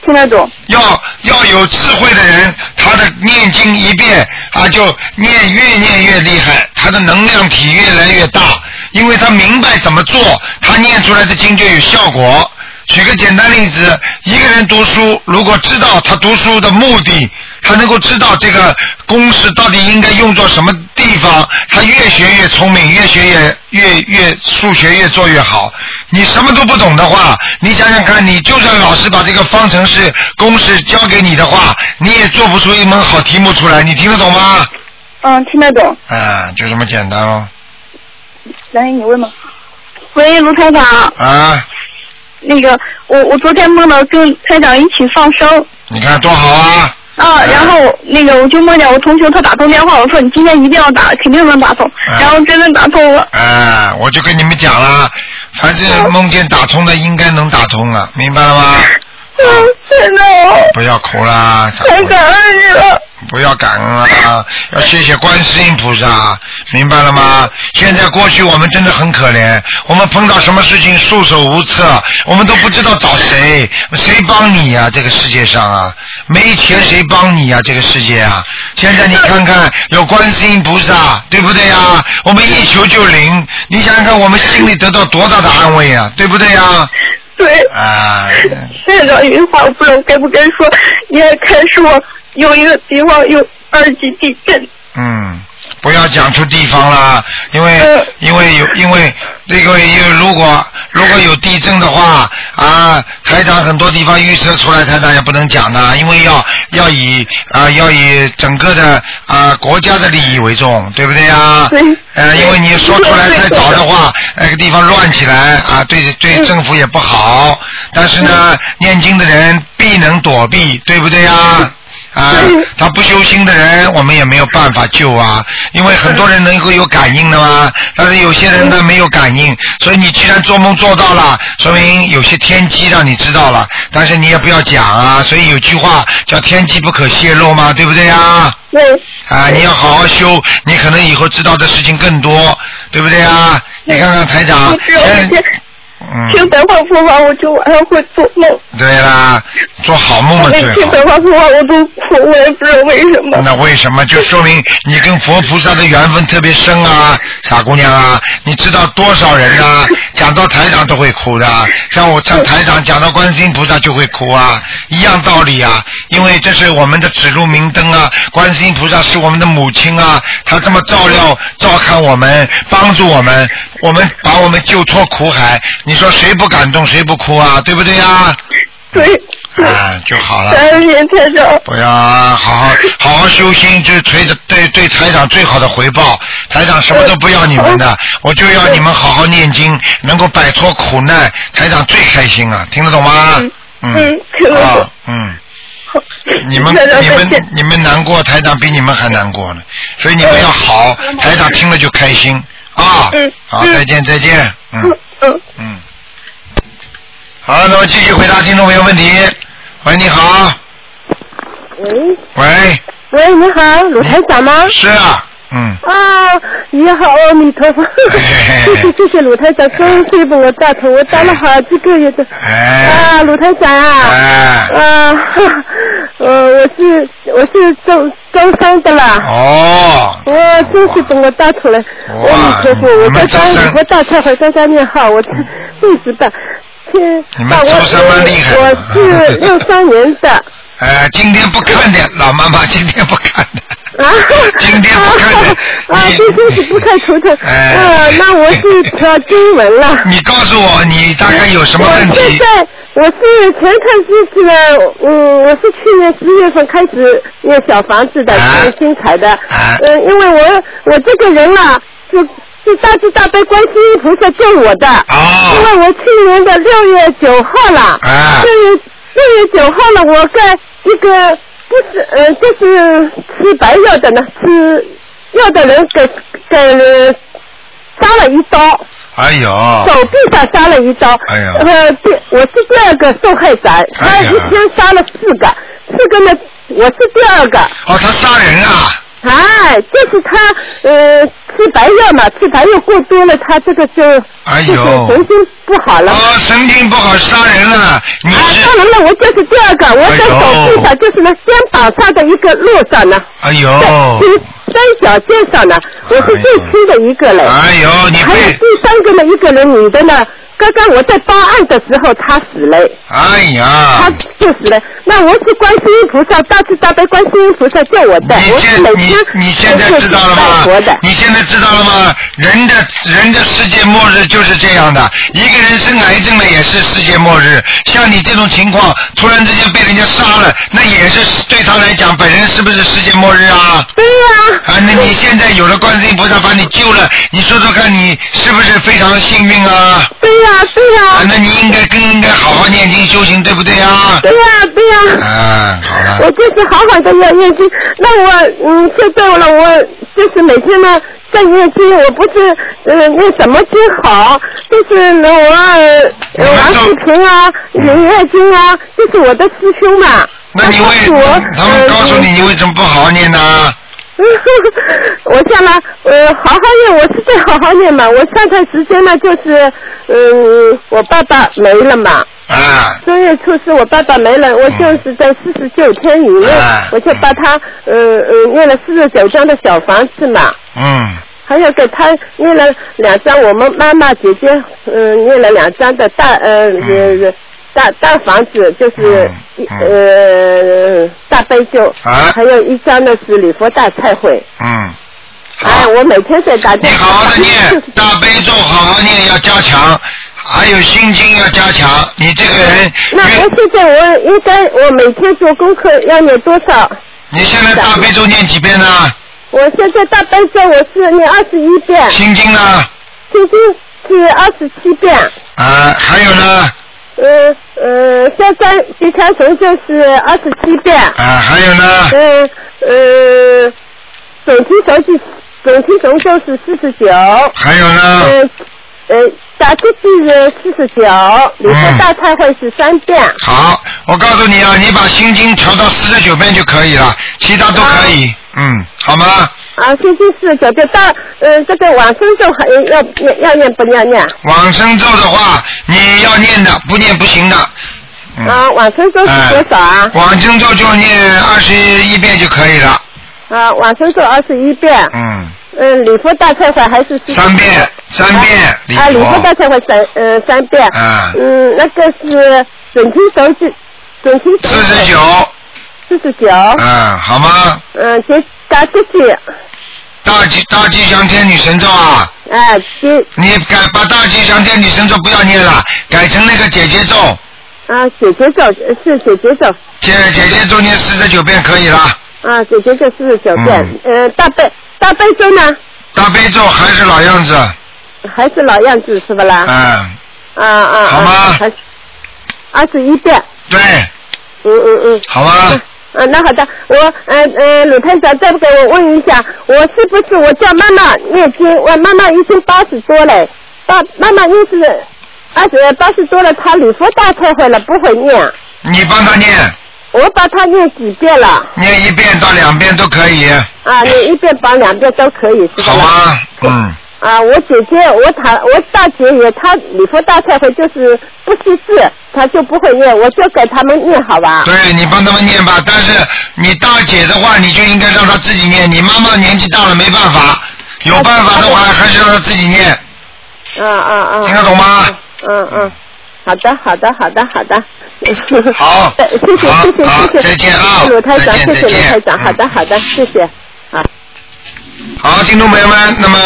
Speaker 9: 听得懂。
Speaker 2: 要要有智慧的人，他的念经一遍啊，就念越念越厉害，他的能量体越来越大，因为他明白怎么做，他念出来的经就有效果。举个简单例子，一个人读书，如果知道他读书的目的，他能够知道这个公式到底应该用作什么地方，他越学越聪明，越学越越越数学越做越好。你什么都不懂的话，你想想看，你就算老师把这个方程式、公式教给你的话，你也做不出一门好题目出来。你听得懂吗？
Speaker 9: 嗯，听得懂。
Speaker 2: 啊，就这么简单哦。
Speaker 9: 梁姨，你问吧。喂，卢台长，
Speaker 2: 啊，
Speaker 9: 那个我我昨天梦到跟台长一起放生
Speaker 2: 你看多好啊！
Speaker 9: 啊，然后那个我就梦见我同学他打通电话，我说你今天一定要打，肯定能打通，
Speaker 2: 哎
Speaker 9: 然后真的打通了。
Speaker 2: 啊，我就跟你们讲了，凡是梦见打通的，应该能打通了，明白了吗？
Speaker 9: 嗯，真的我
Speaker 2: 不要哭啦，傻
Speaker 9: 太感恩你了。
Speaker 2: 不要感恩啊，要谢谢观世音菩萨，明白了吗？现在过去我们真的很可怜，我们碰到什么事情束手无策，我们都不知道找谁，谁帮你呀、这个世界上啊，没钱谁帮你呀、这个世界啊。现在你看看，有观世音菩萨，对不对呀、我们一求就灵，你想想看，我们心里得到多大的安慰啊，对不对呀、啊？
Speaker 9: 对，台长有一句话我不知道该不该说，你也开始我有一个地方有二级地震，
Speaker 2: 嗯，不要讲出地方
Speaker 9: 呃
Speaker 2: 啦，因为因为有因为那个因为如果如果有地震的话啊，台长很多地方预测出来，台长也不能讲的，因为要要以啊、要以整个的啊、国家的利益为重，对不对呀？
Speaker 9: 对
Speaker 2: 呃，因为你说出来太早的话，那个地方乱起来啊，对
Speaker 9: 嗯
Speaker 2: 对政府也不好。但是呢，念经的人必能躲避，对不对呀？啊，他不修心的人，我们也没有办法救啊，因为很多人能够有感应的嘛，但是有些人呢没有感应，所以你既然做梦做到了，说明有些天机让你知道了，但是你也不要讲啊，所以有句话叫天机不可泄露嘛，对不对啊？
Speaker 9: 对。
Speaker 2: 啊，你要好好修，你可能以后知道的事情更多，对不对啊？你看看台长
Speaker 9: 不，知道每天
Speaker 2: 啊哎嗯，
Speaker 9: 听白话佛法，我就晚上会做梦，
Speaker 2: 对啦，做好梦嘛
Speaker 9: 每
Speaker 2: 最
Speaker 9: 听
Speaker 2: 好。
Speaker 9: 白话佛法我都哭，我也不知道为什么。
Speaker 2: (laughs) 那为什么？就说明你跟佛菩萨的缘分特别深啊，傻姑娘啊！你知道多少人啊？讲到台长都会哭的，像我在台长讲到观世音菩萨就会哭啊，一样道理啊。因为这是我们的指路明灯啊，观世音菩萨是我们的母亲啊，她这么照料、照看我们，帮助我们，我们把我们救脱苦海。你说谁不感动，谁不哭啊？对不对呀？
Speaker 9: 对，
Speaker 2: 啊，就好了。
Speaker 9: 感恩您台长，
Speaker 2: 不要啊好好好好修心，就是对着对对台长最好的回报。台长什么都不要你
Speaker 9: (laughs)
Speaker 2: 们的，我就要你们好好念经，能够摆脱苦难，台长最开心啊！听得懂吗？嗯
Speaker 9: 嗯，听得懂
Speaker 2: 啊，嗯。你们
Speaker 9: 台长
Speaker 2: 你
Speaker 9: 再
Speaker 2: 们
Speaker 9: 见
Speaker 2: 你们难过，台长比你们还难过呢，所以你们要好，台长听了就开心啊
Speaker 9: 嗯！
Speaker 2: 好，
Speaker 9: 嗯
Speaker 2: 再见再见，嗯
Speaker 9: 嗯嗯，
Speaker 2: 嗯。好，那么继续回答听众朋友问题。喂，你好，
Speaker 10: 喂
Speaker 2: 喂，
Speaker 5: 嗯
Speaker 10: 喂，你好，鲁台长吗？
Speaker 2: 是啊，嗯，
Speaker 5: 啊，也好，阿弥陀佛， (laughs) 谢谢谢谢鲁台长，真对不我大头，我当了好几个月的，
Speaker 2: 哎
Speaker 5: 啊，鲁台长啊，啊，哈呃，我是我是周周三的啦，
Speaker 2: 哦，
Speaker 5: 哇，真是把我大头了，阿弥陀佛，我在家里我大忏悔，在家念好，
Speaker 2: 嗯
Speaker 5: 我这辈子吧，天，把我我
Speaker 2: (laughs)
Speaker 5: 是六三年的，
Speaker 2: 呃，今天不看的，老妈妈今天不看的，
Speaker 5: 啊，今天不看的， (laughs) 啊，今天是不看图腾，啊，那我是调经文了。
Speaker 2: 你告诉我你大概有什么问
Speaker 5: 我现
Speaker 2: 题？
Speaker 5: 在我是前看日子呢，嗯，我是去年十月份开始念小房子的，念新财的，嗯，因为我我这个人啊，是是大慈大悲观世音菩萨救我的，因为我去年的六月九号了，
Speaker 2: 啊哎
Speaker 5: 六月六月九号了，我在一个不是呃，就是吃白药的呢，吃药的人给给呃扎了一刀。
Speaker 2: 哎呦，
Speaker 5: 手臂上扎了一刀，
Speaker 2: 哎呀
Speaker 5: 呃，第我是第二个受害者，他
Speaker 2: 哎
Speaker 5: 一
Speaker 2: 呀
Speaker 5: 天杀了四个，四个呢，我是第二个。
Speaker 2: 哦，他杀人啊！
Speaker 5: 哎，就是他，呃，吃白药嘛，吃白药过多了，他这个就，
Speaker 2: 哎
Speaker 5: 就
Speaker 2: 呦
Speaker 5: 是神经不好了。
Speaker 2: 哦，神经不好，杀人了，你
Speaker 5: 啊，杀人了，我就是第二个，我
Speaker 2: 哎
Speaker 5: 在手臂上就是呢，肩膀上的一个落上呢，
Speaker 2: 哎呦，
Speaker 5: 就是三角肩上呢，我是最轻的一个嘞。
Speaker 2: 哎呦，你
Speaker 5: 还有第三个呢，一个人女的呢，刚刚我在报案的时候她死了。
Speaker 2: 哎呀，
Speaker 5: 他就死了。那我是观世音菩萨，大慈大悲观世音菩萨救我的。我是每天
Speaker 2: 你现在知道了吗？你现在知道了吗？人的人的世界末日就是这样的，一个人生癌症了也是世界末日。像你这种情况，突然之间被人家杀了，那也是对他来讲，本人是不是世界末日啊？
Speaker 5: 对呀、
Speaker 2: 啊。那你现在有了观世音菩萨把你救了，你说说看你是不是非常的幸运啊？
Speaker 5: 对呀、对呀、
Speaker 2: 啊，那你应该更应该好好念经修行，对不对啊？
Speaker 5: 对呀、对呀、
Speaker 2: 啊，好了。
Speaker 5: 我就是好好的要念经。那我嗯，现在我了，我就是每天呢在念经，我不是呃念什么经好，就是呢我呃王世平啊、林月经啊，就是我的师兄嘛。 (laughs)
Speaker 2: 那你为
Speaker 5: 呃
Speaker 2: 他们告诉你，你为什么不好好念呢？
Speaker 5: 我下来，呃，好好念，我是在好好念嘛。我上段时间呢，就是，嗯，我爸爸没了嘛。
Speaker 2: 啊。
Speaker 5: 正月初四，我爸爸没了，我就是在四十九天以内，我就把他，呃呃，念了四十九张的小房子嘛，
Speaker 2: 嗯，
Speaker 5: 还有给他念了两张，我们妈妈姐姐，嗯、念了两张的大，呃，呃大大房子，就是，一呃，大悲咒，还有一张呢是礼佛大忏悔。
Speaker 2: 嗯，
Speaker 5: 哎，我每天在打电话。好好的
Speaker 2: 念，大悲咒好好念要加强，还有心经要加强。你这个人，
Speaker 5: (laughs) 那我现在我应该，我每天做功课要念多少？
Speaker 2: 你现在大悲咒念几遍呢？
Speaker 5: 我现在大悲咒我是念二十一遍。
Speaker 2: 心经呢？
Speaker 5: 心经是二十七遍。
Speaker 2: 啊，还有呢？
Speaker 5: 呃呃，三三吉祥神咒是二十七遍。
Speaker 2: 啊，还有呢？
Speaker 5: 呃呃，总提神咒总提神咒是四十九。
Speaker 2: 还有呢？
Speaker 5: 呃呃，打字是四十九，礼佛大忏悔是三遍。
Speaker 2: 嗯好，我告诉你啊，你把心经调到四十九遍就可以了，其他都可以。嗯，好吗？
Speaker 5: 啊，星期四九就到，呃，这个往生咒还要要要念不要念？
Speaker 2: 往生咒的话，你要念的，不念不行的。嗯
Speaker 5: 啊，往生 (laughs) 咒是多少啊？
Speaker 2: 哎往生咒就念二十一遍就可以了。
Speaker 5: 啊，往生咒二十一遍，
Speaker 2: 嗯，
Speaker 5: 嗯，礼佛大忏悔还是
Speaker 2: 三遍，三遍礼
Speaker 5: 啊，礼
Speaker 2: 佛
Speaker 5: 佛大忏悔三呃三遍。
Speaker 2: 啊
Speaker 5: 嗯，那个是准提手指，准提手四十
Speaker 2: 九。
Speaker 5: 哦四十九。
Speaker 2: 嗯，好吗？
Speaker 5: 嗯，结打自己，
Speaker 2: 大吉大吉祥天女神咒啊！
Speaker 5: 哎，结
Speaker 2: 你改把大吉祥天女神咒不要念了，改成那个姐姐咒，
Speaker 5: 啊，姐姐咒呃是姐姐咒。
Speaker 2: 姐姐姐咒念四十九遍可以了。
Speaker 5: 啊，姐姐咒四十九遍。嗯，大悲大悲咒呢，
Speaker 2: 大悲咒还是老样子，
Speaker 5: 啊还是老样子是不啦？
Speaker 2: 嗯，
Speaker 5: 啊啊，好吗？二十一遍。
Speaker 2: 对。
Speaker 5: 嗯嗯嗯。
Speaker 2: 好吗？
Speaker 5: 嗯，那好的，我呃呃，鲁探长，再不给我问一下，我是不是我叫妈妈念经？我妈妈已经八十多了，爸妈妈一直二十八十多了，她礼佛大忏悔了，不会念。
Speaker 2: 你帮她念。
Speaker 5: 我把它念几遍了。
Speaker 2: 念一遍到两遍都可以，
Speaker 5: 啊，念一遍把两遍都可以，是吧？
Speaker 2: 好吗？嗯，
Speaker 5: 啊，我姐姐，我她，我大姐也，她礼佛大忏悔就是不识字，她就不会念，我就给他们念，好吧？
Speaker 2: 对你帮他们念吧。但是你大姐的话，你就应该让她自己念。你妈妈年纪大了，没办法，有办法的话还是让她自己念。
Speaker 5: 嗯嗯嗯。
Speaker 2: 听得懂吗？
Speaker 5: 嗯嗯，好的，好的，好的，好的。
Speaker 2: 好，
Speaker 5: 谢谢，谢谢，谢谢，
Speaker 2: 再见啊
Speaker 5: 谢谢卢台长，
Speaker 2: 再见再
Speaker 5: 谢谢卢
Speaker 2: 见
Speaker 5: 台长，好的，好的，谢谢，啊。
Speaker 2: 好，听众朋友们，那么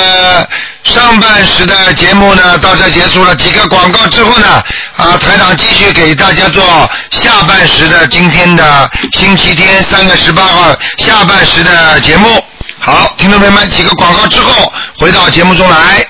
Speaker 2: 上半时的节目呢到这结束了，几个广告之后呢，啊，台长继续给大家做下半时的今天的星期天三月十八号下半时的节目。好，听众朋友们，几个广告之后回到节目中来。